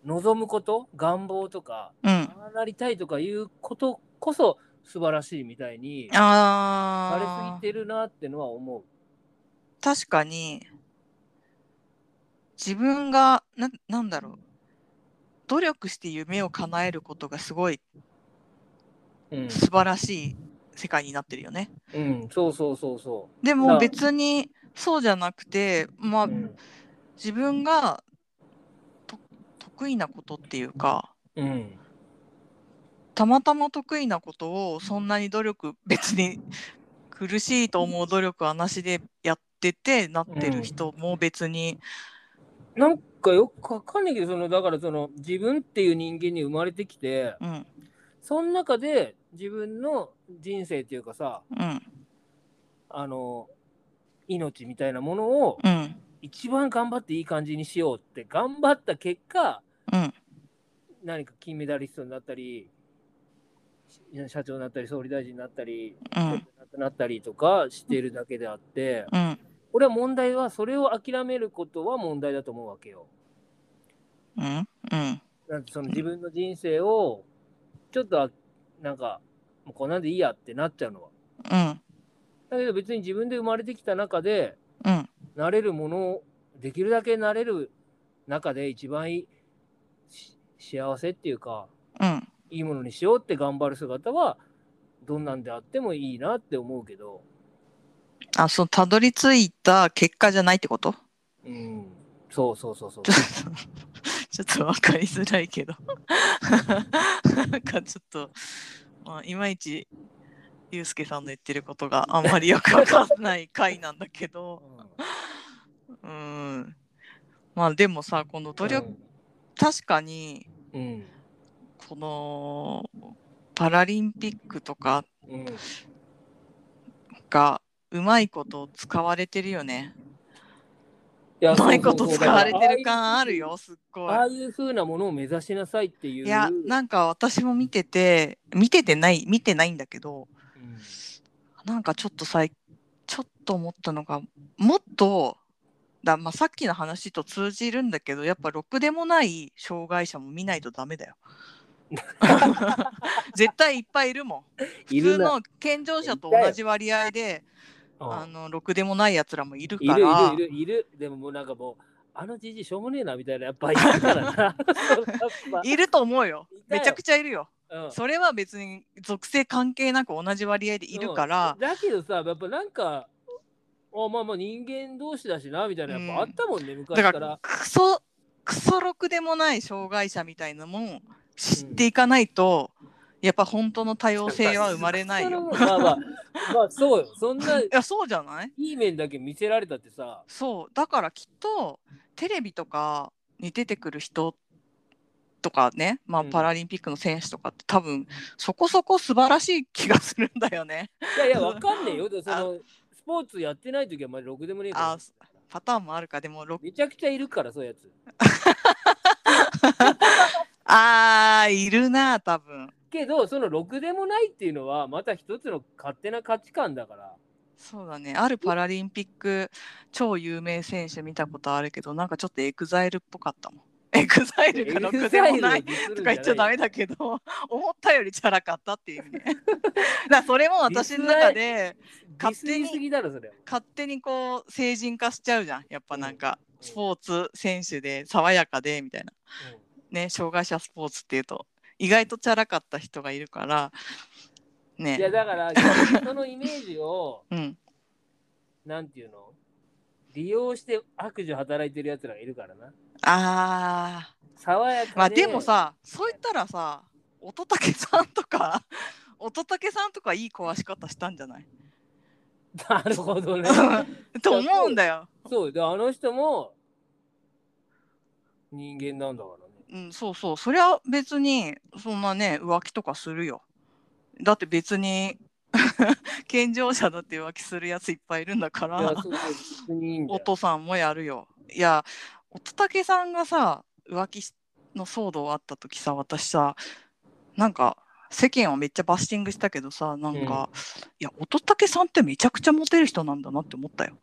Speaker 2: 望むこと、願望とか、
Speaker 1: うん。
Speaker 2: ああなりたいとかいうことこそ素晴らしいみたいに、されす
Speaker 1: あ
Speaker 2: ぎてるなってのは思う。
Speaker 1: ー確かに。自分が、な、なんだろう。努力して夢を叶えることがすごい
Speaker 2: うん
Speaker 1: 素晴らしい世界になってるよね。
Speaker 2: うん、そうそうそうそ
Speaker 1: で
Speaker 2: なあ
Speaker 1: も別にそうじゃなくて、まあ
Speaker 2: う。うん
Speaker 1: 自分がと得意なことっていうか、
Speaker 2: うん、
Speaker 1: たまたま得意なことをそんなに努力別に苦しいと思う努力はなしでやっててなってる人も別に、
Speaker 2: なんかよくわかんないけどそのだからその自分っていう人間に生まれてきて
Speaker 1: うん、うん
Speaker 2: その中で自分の人生っていうかさ
Speaker 1: うん
Speaker 2: あの命みたいなものを
Speaker 1: うん
Speaker 2: 一番頑張っていい感じにしようって頑張った結果
Speaker 1: うん
Speaker 2: 何か金メダリストになったりし社長になったり総理大臣になったり
Speaker 1: う
Speaker 2: 亡
Speaker 1: ん
Speaker 2: くなったりとかしてるだけであって
Speaker 1: うん
Speaker 2: 俺は問題はそれを諦めることは問題だと思うわけよ。
Speaker 1: うんうん
Speaker 2: なんてその自分の人生をちょっとあなんかもうこんなんでいいやってなっちゃうのは
Speaker 1: うん
Speaker 2: だけど別に自分で生まれてきた中で
Speaker 1: うん
Speaker 2: なれるものをできるだけなれる中で一番いいし幸せっていうか
Speaker 1: うん
Speaker 2: いいものにしようって頑張る姿はどんなんであってもいいなって思うけど、
Speaker 1: あそうたどり着いた結果じゃないってこと
Speaker 2: うん、そうそうそうそう
Speaker 1: ちょっとちょっと分かりづらいけどなんかちょっと、まあ、いまいちゆうすけさんの言ってることがあんまりよく分かんない回なんだけどうんまあでもさこの努力、確かに
Speaker 2: うん
Speaker 1: このパラリンピックとか
Speaker 2: うん
Speaker 1: がうまいこと使われてるよね。
Speaker 2: や
Speaker 1: うまいこと
Speaker 2: そうそう
Speaker 1: 使
Speaker 2: そう
Speaker 1: われてる感あるよすっごい
Speaker 2: あ。あいう風なものを目指しなさいっていう
Speaker 1: いやなんか私も見てて見ててない見てないんだけど
Speaker 2: うん
Speaker 1: なんかちょっとさいちょっと思ったのがもっとだ、まあ、さっきの話と通じるんだけどやっぱろくでもない障害者も見ないとダメだ よ。絶対いっぱいいるもん。
Speaker 2: い
Speaker 1: 普
Speaker 2: る
Speaker 1: 通
Speaker 2: な
Speaker 1: の健常者と同じ割合であのろくでもないやつらもいる
Speaker 2: い
Speaker 1: から
Speaker 2: るいるいるいるでももうなんかもうあのじじいしょうもねえなみたいなやっぱい るからなそうやっぱ
Speaker 1: いると思うよ
Speaker 2: いた
Speaker 1: め
Speaker 2: よ
Speaker 1: ちゃくちゃいるよ
Speaker 2: うん
Speaker 1: それは別に属性関係なく同じ割合でいるから、
Speaker 2: だけどさやっぱなんかあまあまあ人間同士だしなみたいなやっぱあったもんね、昔
Speaker 1: だ
Speaker 2: か
Speaker 1: かららクソクソろくでもない障害者みたいなもん知っていかないと、やっぱ本当の多様性は生まれないよ。
Speaker 2: まあまあまあそうよそんない
Speaker 1: いやそうじゃない
Speaker 2: い面だけ見せられたってさ
Speaker 1: そうだからきっとテレビとかに出てくる人とかね、まあ、
Speaker 2: うん
Speaker 1: パラリンピックの選手とかって多分そこそこ素晴らしい気がするんだよね。
Speaker 2: いやいやわかんねえよだからそのスポーツやってない時はまあろくでもねえから
Speaker 1: あパターンもあるかでもろ
Speaker 2: めちゃくちゃいるからそういうやつ
Speaker 1: あーいるな多分
Speaker 2: けどそのろくでもないっていうのはまた一つの勝手な価値観だから
Speaker 1: そうだねあるパラリンピック超有名選手見たことあるけどなんかちょっとエグザイルっぽかったもん エグザイルがろくでもないとか言っちゃダメ
Speaker 2: だ
Speaker 1: だけど 思ったよりチャラかったって いう意味ねだからそれも私の中で勝手に
Speaker 2: すぎだろそれ
Speaker 1: 勝手にこう成人化しちゃうじゃんやっぱなんか
Speaker 2: うん
Speaker 1: スポーツ選手で爽やかでみたいなね障害者スポーツっていうと意外とチャラかった人がいるから
Speaker 2: うんいや
Speaker 1: ね
Speaker 2: だからそのイメージを
Speaker 1: うん
Speaker 2: なんていうの利用して悪事を働いてるやつらがいるからな
Speaker 1: あー
Speaker 2: 爽やかで
Speaker 1: まあでもさそう言ったらさ乙武さんとか 乙武さんとかいい壊し方したんじゃない
Speaker 2: なるほ どね
Speaker 1: と思うんだよ。
Speaker 2: そうであの人も人間なんだからね
Speaker 1: うん、そうそうそりゃ別にそんなね浮気とかするよ。だって別に 健常者だって浮気するやついっぱいいるんだか
Speaker 2: いや
Speaker 1: ら
Speaker 2: そうそう別にいいんだ
Speaker 1: お
Speaker 2: よ
Speaker 1: 父さんもやるよ。いや乙武さんがさ浮気しの騒動あった時さ私さなんか世間をめっちゃバッシングしたけどさなんか、いや乙武さんってめちゃくちゃモテる人なんだなって思ったよ。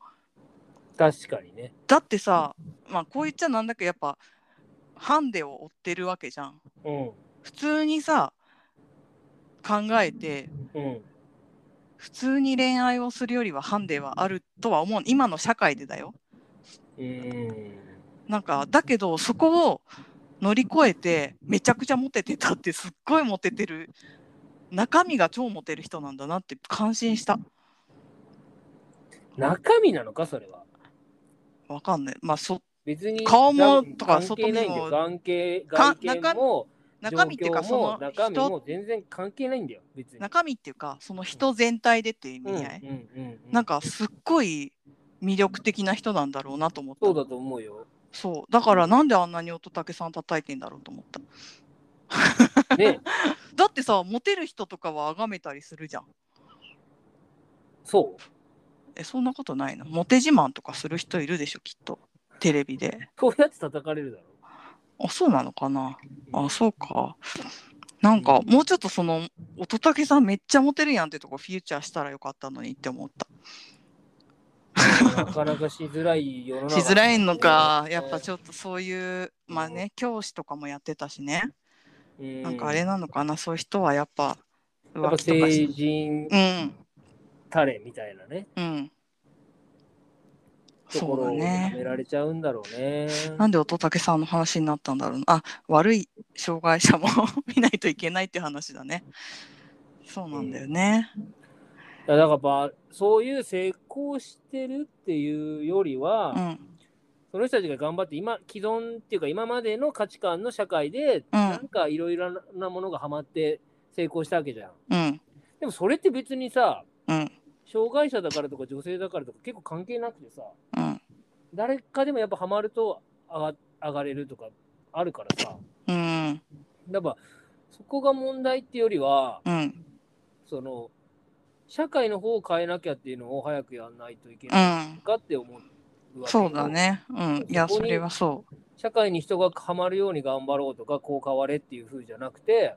Speaker 2: 確かにね
Speaker 1: だってさまあこう言っちゃなんだけどやっぱハンデを追ってるわけじゃん。
Speaker 2: うん
Speaker 1: 普通にさ考えて
Speaker 2: うん
Speaker 1: 普通に恋愛をするよりはハンデはあるとは思う今の社会でだよ
Speaker 2: うん
Speaker 1: なんかだけどそこを乗り越えてめちゃくちゃモテてたってすっごいモテてる中身が超モテる人なんだなって感心した
Speaker 2: 中身なのかそれは
Speaker 1: わかんないまあそ
Speaker 2: 別に
Speaker 1: 顔もとか
Speaker 2: 関係ないんだよ
Speaker 1: 外
Speaker 2: 関係
Speaker 1: か
Speaker 2: 外見も
Speaker 1: 中身っていうか
Speaker 2: 状況
Speaker 1: そ
Speaker 2: も
Speaker 1: の
Speaker 2: 中身
Speaker 1: 人
Speaker 2: も全然関係ないんだよ別に
Speaker 1: 中身っていうかその人全体でっていう
Speaker 2: う
Speaker 1: 意
Speaker 2: んう
Speaker 1: 味
Speaker 2: ん
Speaker 1: 合い、
Speaker 2: うんうん
Speaker 1: なんかすっごい魅力的な人なんだろうなと思った
Speaker 2: そうだと思うよ
Speaker 1: そうだからなんであんなに乙武さん叩いてんだろうと思った
Speaker 2: ね
Speaker 1: だってさモテる人とかは崇めたりするじゃん
Speaker 2: そう
Speaker 1: えそんなことないのモテ自慢とかする人いるでしょきっとテレビで
Speaker 2: こうやって叩かれるだろ
Speaker 1: あそうなのかな
Speaker 2: う ん
Speaker 1: あそうかなんかもうちょっとその乙武さんめっちゃモテるやんってとこフィーチャーしたらよかったのにって思った
Speaker 2: なかなかしづらい世の中
Speaker 1: しづらいのかやっぱ
Speaker 2: ょ
Speaker 1: ちょっとそういうまあね教師とかもやってたしね
Speaker 2: っと
Speaker 1: なんかあれなのかなそういう人はやっぱ
Speaker 2: やっぱ
Speaker 1: 浮気とか
Speaker 2: 成
Speaker 1: し
Speaker 2: 人
Speaker 1: うん
Speaker 2: タレみたいなね、
Speaker 1: うん
Speaker 2: とこ
Speaker 1: そう
Speaker 2: ろ
Speaker 1: だ
Speaker 2: を
Speaker 1: ね
Speaker 2: 舐められちゃうんだろうね。
Speaker 1: なんで乙武さんの話になったんだろうなあ悪い障害者も 見ないといけないって話だねそうなんだよね
Speaker 2: いやだからやっぱそういう成功してるっていうよりは、
Speaker 1: うん
Speaker 2: その人たちが頑張って今既存っていうか今までの価値観の社会でなんかいろいろなものがハマって成功したわけじゃん。
Speaker 1: うん
Speaker 2: でもそれって別にさ
Speaker 1: うん
Speaker 2: 障害者だからとか女性だからとか結構関係なくてさ
Speaker 1: うん
Speaker 2: 誰かでもやっぱハマると上が上がれるとかあるからさ
Speaker 1: うん
Speaker 2: だからそこが問題っていうよりは
Speaker 1: うん
Speaker 2: その社会の方を変えなきゃっていうのを早くやんないといけ
Speaker 1: う
Speaker 2: ない
Speaker 1: ん
Speaker 2: かって思うわけよ
Speaker 1: そうだねうんいやそれはそ
Speaker 2: 社会に人がハマるように頑張ろうとかこう変われっていう風じゃなくて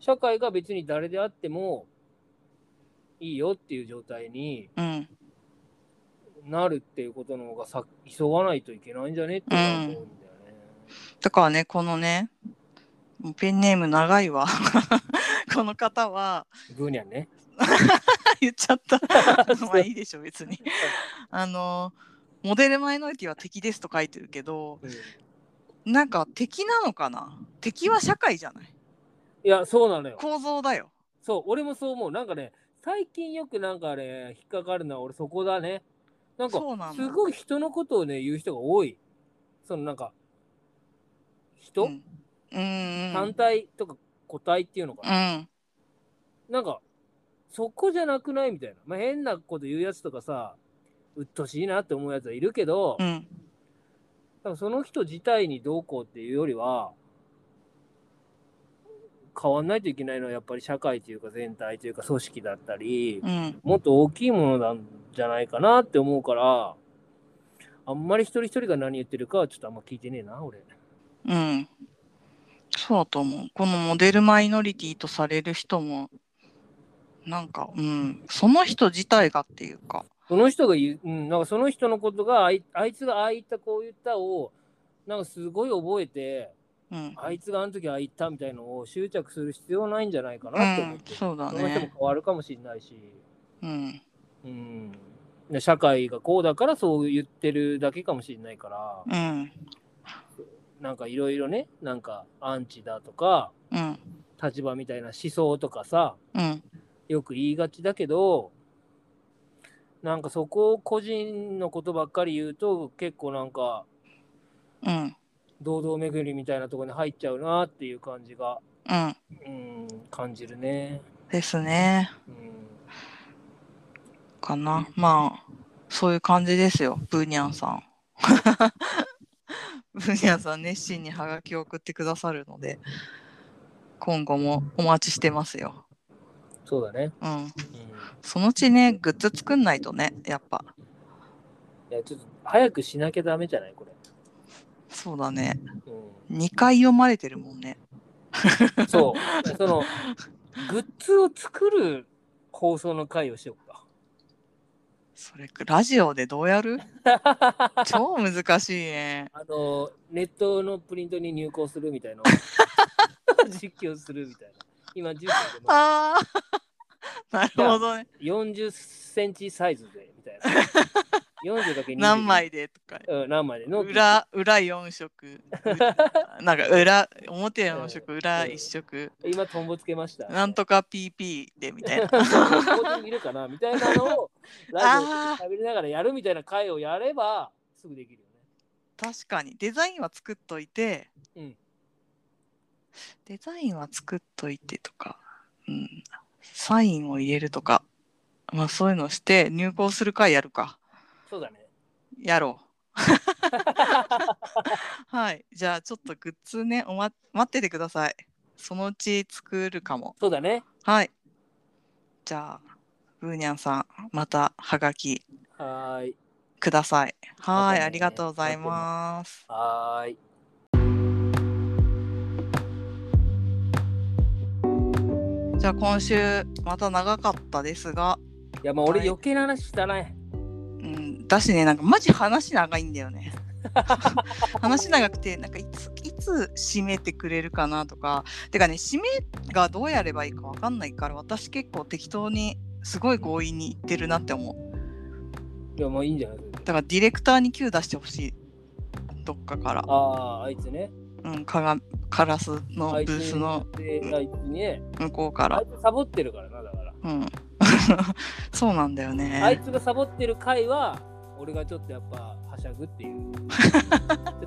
Speaker 2: 社会が別に誰であってもいいよっていう状態に
Speaker 1: ううん
Speaker 2: なるっていうことの方がさ急がないといけないんじゃねって思うんだよね。
Speaker 1: だからねこのねペンネーム長いわこの方は
Speaker 2: ブーニャ ンね。
Speaker 1: 言っちゃったまあいいでしょ別にあのモデルマイノリティは敵ですと書いてるけど
Speaker 2: うんい
Speaker 1: なんか敵なのかな敵は社会じゃない
Speaker 2: やそうなのよ。
Speaker 1: 構造だよ
Speaker 2: そう俺もそう思う。なんかね最近よくなんかね引っかかるのは俺そこだね。なんか
Speaker 1: そうなんだ
Speaker 2: すごい人のことをね言う人が多い。そのなんか人、
Speaker 1: うんうんう
Speaker 2: 単
Speaker 1: ん
Speaker 2: 体とか個体っていうのか
Speaker 1: う
Speaker 2: な、
Speaker 1: ん
Speaker 2: なんかそこじゃなくないみたいな、まあ、変なこと言うやつとかさうっとうしいなって思うやつはいるけど、
Speaker 1: うん
Speaker 2: 多分その人自体にどうこうっていうよりは変わんないといけないのはやっぱり社会というか全体というか組織だったり、
Speaker 1: うん
Speaker 2: もっと大きいものなんじゃないかなって思うからあんまり一人一人が何言ってるかはちょっとあんま聞いてねえな俺。
Speaker 1: うんそうだと思うこのモデルマイノリティとされる人もなんかうんその人自体がっていうか
Speaker 2: その人が言う、うん、なんかその人のことがあい、あいつがああ言ったこう言ったを、なんかすごい覚えて、
Speaker 1: うん
Speaker 2: あいつがあの時ああ言ったみたいのを執着する必要ないんじゃないか
Speaker 1: う
Speaker 2: なって思っ
Speaker 1: ん
Speaker 2: て、
Speaker 1: そうだ
Speaker 2: その人も
Speaker 1: ね
Speaker 2: 変わるかもしれないし、
Speaker 1: うん
Speaker 2: うん、で社会がこうだからそう言ってるだけかもしれないから、
Speaker 1: うん
Speaker 2: なんかいろいろね、なんかアンチだとか、
Speaker 1: うん
Speaker 2: 立場みたいな思想とかさ、
Speaker 1: うん
Speaker 2: よく言いがちだけどなんかそこを個人のことばっかり言うと結構なんか
Speaker 1: うん
Speaker 2: 堂々巡りみたいなところに入っちゃうなっていう感じが
Speaker 1: うん
Speaker 2: うん感じるね。
Speaker 1: ですね
Speaker 2: うん
Speaker 1: かなまあそういう感じですよブーニャンさん ブーニャンさん熱心にハガキを送ってくださるので今後もお待ちしてますよ
Speaker 2: そうだね、
Speaker 1: うん
Speaker 2: うん、い
Speaker 1: そのうちねグッズ作んないとねやっぱ
Speaker 2: やちょっと早くしなきゃダメじゃないこれ、
Speaker 1: そうだね
Speaker 2: う
Speaker 1: 2回読まれてるもんね
Speaker 2: ん、そう そのグッズを作る放送の回をしようか
Speaker 1: それラジオでどうやる超難しいね
Speaker 2: あのネットのプリントに入稿するみた いな実況するみたいな今10分で回ってる
Speaker 1: あー なるほどね
Speaker 2: 40センチサイズでみたいな。40かけ20
Speaker 1: 何枚でとか
Speaker 2: うん、何枚での。
Speaker 1: 裏裏4色 なんか裏表4色裏1色
Speaker 2: 今、トンボつけました。
Speaker 1: なんとか PP でみたいな
Speaker 2: ここにいるかなみたいな のをラジ
Speaker 1: あ
Speaker 2: オで喋りながらやるみたいな回をやればすぐできるよ
Speaker 1: 確かにデザインは作っといて、
Speaker 2: うん
Speaker 1: デザインは作っといてとか、うん、サインを入れるとか、まあ、そういうのして入稿する回やるか
Speaker 2: ね。そうだね。
Speaker 1: やろ うはいじゃあちょっとグッズねお、ま、待っててくださいそのうち作るかも
Speaker 2: そうだね。
Speaker 1: はい。じゃあ、ブーニャンさん、またハガキ
Speaker 2: はーい。
Speaker 1: ください。
Speaker 2: ま
Speaker 1: は
Speaker 2: た
Speaker 1: い、
Speaker 2: ね
Speaker 1: ありがとうございます。
Speaker 2: はーい。
Speaker 1: じゃあ、今週、また長かったですが、
Speaker 2: いや、まあ俺
Speaker 1: はい
Speaker 2: 余計な話したね。
Speaker 1: うん、だしね、なんかマジ話長いんだよね。話長くて、なんかいついつ締めてくれるかなとかてかね締めがどうやればいいかわかんないから私結構適当にすごい強引にいってるなって思う
Speaker 2: いや、まあいいんじゃない
Speaker 1: だからディレクターに Q 出してほしいどっかから、
Speaker 2: ああ、あいつね。
Speaker 1: うん、かがカラスの
Speaker 2: あ
Speaker 1: ブ
Speaker 2: いつ
Speaker 1: ースの
Speaker 2: であいつね。
Speaker 1: 向こうか
Speaker 2: あ
Speaker 1: ら
Speaker 2: い、つサボってるからな、だから。
Speaker 1: うん、 そうなんだよ
Speaker 2: あい
Speaker 1: ね
Speaker 2: つがサボってる回は、俺がちょっとやっぱはしゃぐって いう。ちょ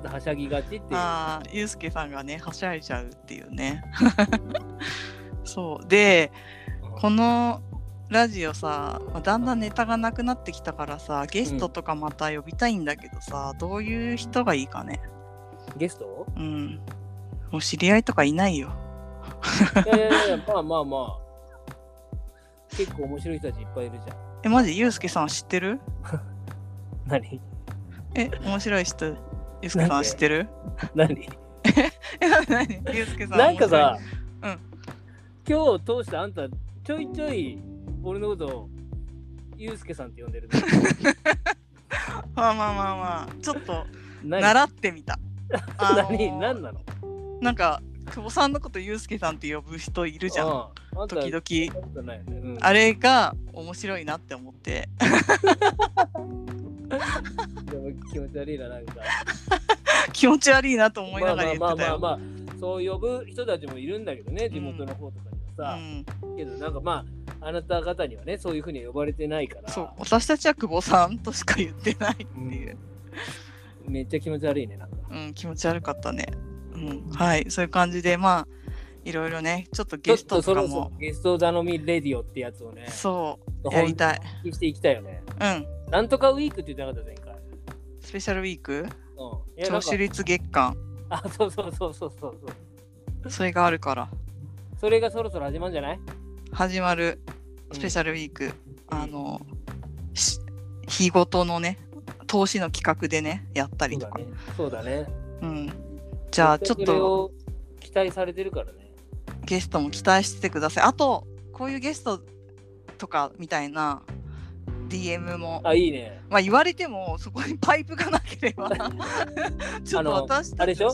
Speaker 2: っとはしゃぎがちっていう。
Speaker 1: ああユうスケさんがねはしゃいじゃうっていう ねそうでこのラジオさまあだんだんネタがなくなってきたからさゲストとかまた呼びたいんだけどさ、どういう人がいいかね
Speaker 2: ゲス ト
Speaker 1: うんもう知り合いとかいないよ
Speaker 2: いやいやいや、まあまあまあ。結構面白い人たちいっぱいいるじゃん。
Speaker 1: えマジユうスケさん知ってる
Speaker 2: 何
Speaker 1: え面白い人ユうスケさ
Speaker 2: なん
Speaker 1: ん
Speaker 2: で
Speaker 1: 知ってる
Speaker 2: 何
Speaker 1: え何ユうスケさん
Speaker 2: なんか
Speaker 1: 面
Speaker 2: さ、
Speaker 1: 白い
Speaker 2: 今日通してあんたちょいちょい俺のことをゆうすけさんって呼んでる ね。
Speaker 1: 白いまあまあまあまあちょっと
Speaker 2: 何
Speaker 1: 習ってみ たあの
Speaker 2: 何何なの
Speaker 1: なんか久保さんのことユうスケさんって呼ぶ人いるじゃん
Speaker 2: うん、あんた
Speaker 1: 時々
Speaker 2: そんなことないよねうん
Speaker 1: あれが面白いなって思って
Speaker 2: でも気持ち悪いな、なんか。
Speaker 1: 気持ち悪いなと思いながら言
Speaker 2: ま
Speaker 1: っ
Speaker 2: あ
Speaker 1: てた
Speaker 2: まあ
Speaker 1: よ。
Speaker 2: まあまあ、そう呼ぶ人たちもいるんだけどね、地元の方とかには
Speaker 1: う
Speaker 2: さ。
Speaker 1: ん
Speaker 2: けど、なんかまあ、あなた方にはね、そういうふうには呼ばれてないから、
Speaker 1: そう私たちは久保さんとしか言ってないっていう、
Speaker 2: めっちゃ気持ち悪いね、なんか。
Speaker 1: うん、気持ち悪かったね、うん、はいそういう感じでまあいろいろねちょっとゲスト
Speaker 2: ち
Speaker 1: と
Speaker 2: ょっ
Speaker 1: か
Speaker 2: とそろそ
Speaker 1: も
Speaker 2: ろゲスト頼みレディオってやつをね、
Speaker 1: そうやりたい
Speaker 2: 本気にしていきたいよね。
Speaker 1: うん
Speaker 2: なんとかウィークって言ってなかった、前回。
Speaker 1: スペシャルウィーク
Speaker 2: うん。いや、
Speaker 1: 聴
Speaker 2: なんか
Speaker 1: 取、率月間
Speaker 2: あ、そうそうそうそうそうそう。
Speaker 1: それがあるから
Speaker 2: それがそろそろ始まるんじゃない
Speaker 1: 始まるスペシャルウィーク、
Speaker 2: うん
Speaker 1: あのし日ごとのね投資の企画でねやったりとか
Speaker 2: そうだね。そうだね。
Speaker 1: うんじゃあちょっ
Speaker 2: それ
Speaker 1: と
Speaker 2: を期待されてるからね。
Speaker 1: ゲストも期待しててくださいあとこういうゲストとかみたいな DM も
Speaker 2: あ、いいね。
Speaker 1: まあ言われてもそこにパイプがなけれ ばちょ
Speaker 2: あ
Speaker 1: っと
Speaker 2: の
Speaker 1: 私たち
Speaker 2: あれでしょ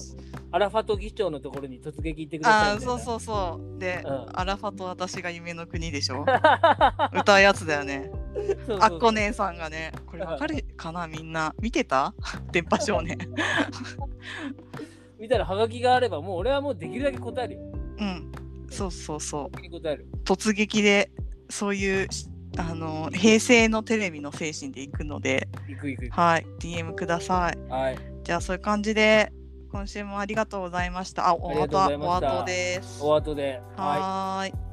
Speaker 2: アラファト議長のところに突撃行ってください
Speaker 1: あー
Speaker 2: みたいな。
Speaker 1: そうそうそうで、
Speaker 2: うん
Speaker 1: アラファと私が夢の国でしょ歌うやつだよね
Speaker 2: そうそう
Speaker 1: あっこ姉さんがねこれわかるかなみんな見てた 電波少年
Speaker 2: 見たらハガキがあれば、もう俺はもうできるだけ答えるよ。
Speaker 1: うんそうそうそ
Speaker 2: 本気に答える。
Speaker 1: う突撃でそういうあの平成のテレビの精神でいくので
Speaker 2: 行く行く行
Speaker 1: はい DM ください
Speaker 2: く。はい。
Speaker 1: じゃあそういう感じで今週もありがとうございましたあお
Speaker 2: ありがとうございました
Speaker 1: お後です
Speaker 2: お後で。
Speaker 1: はーい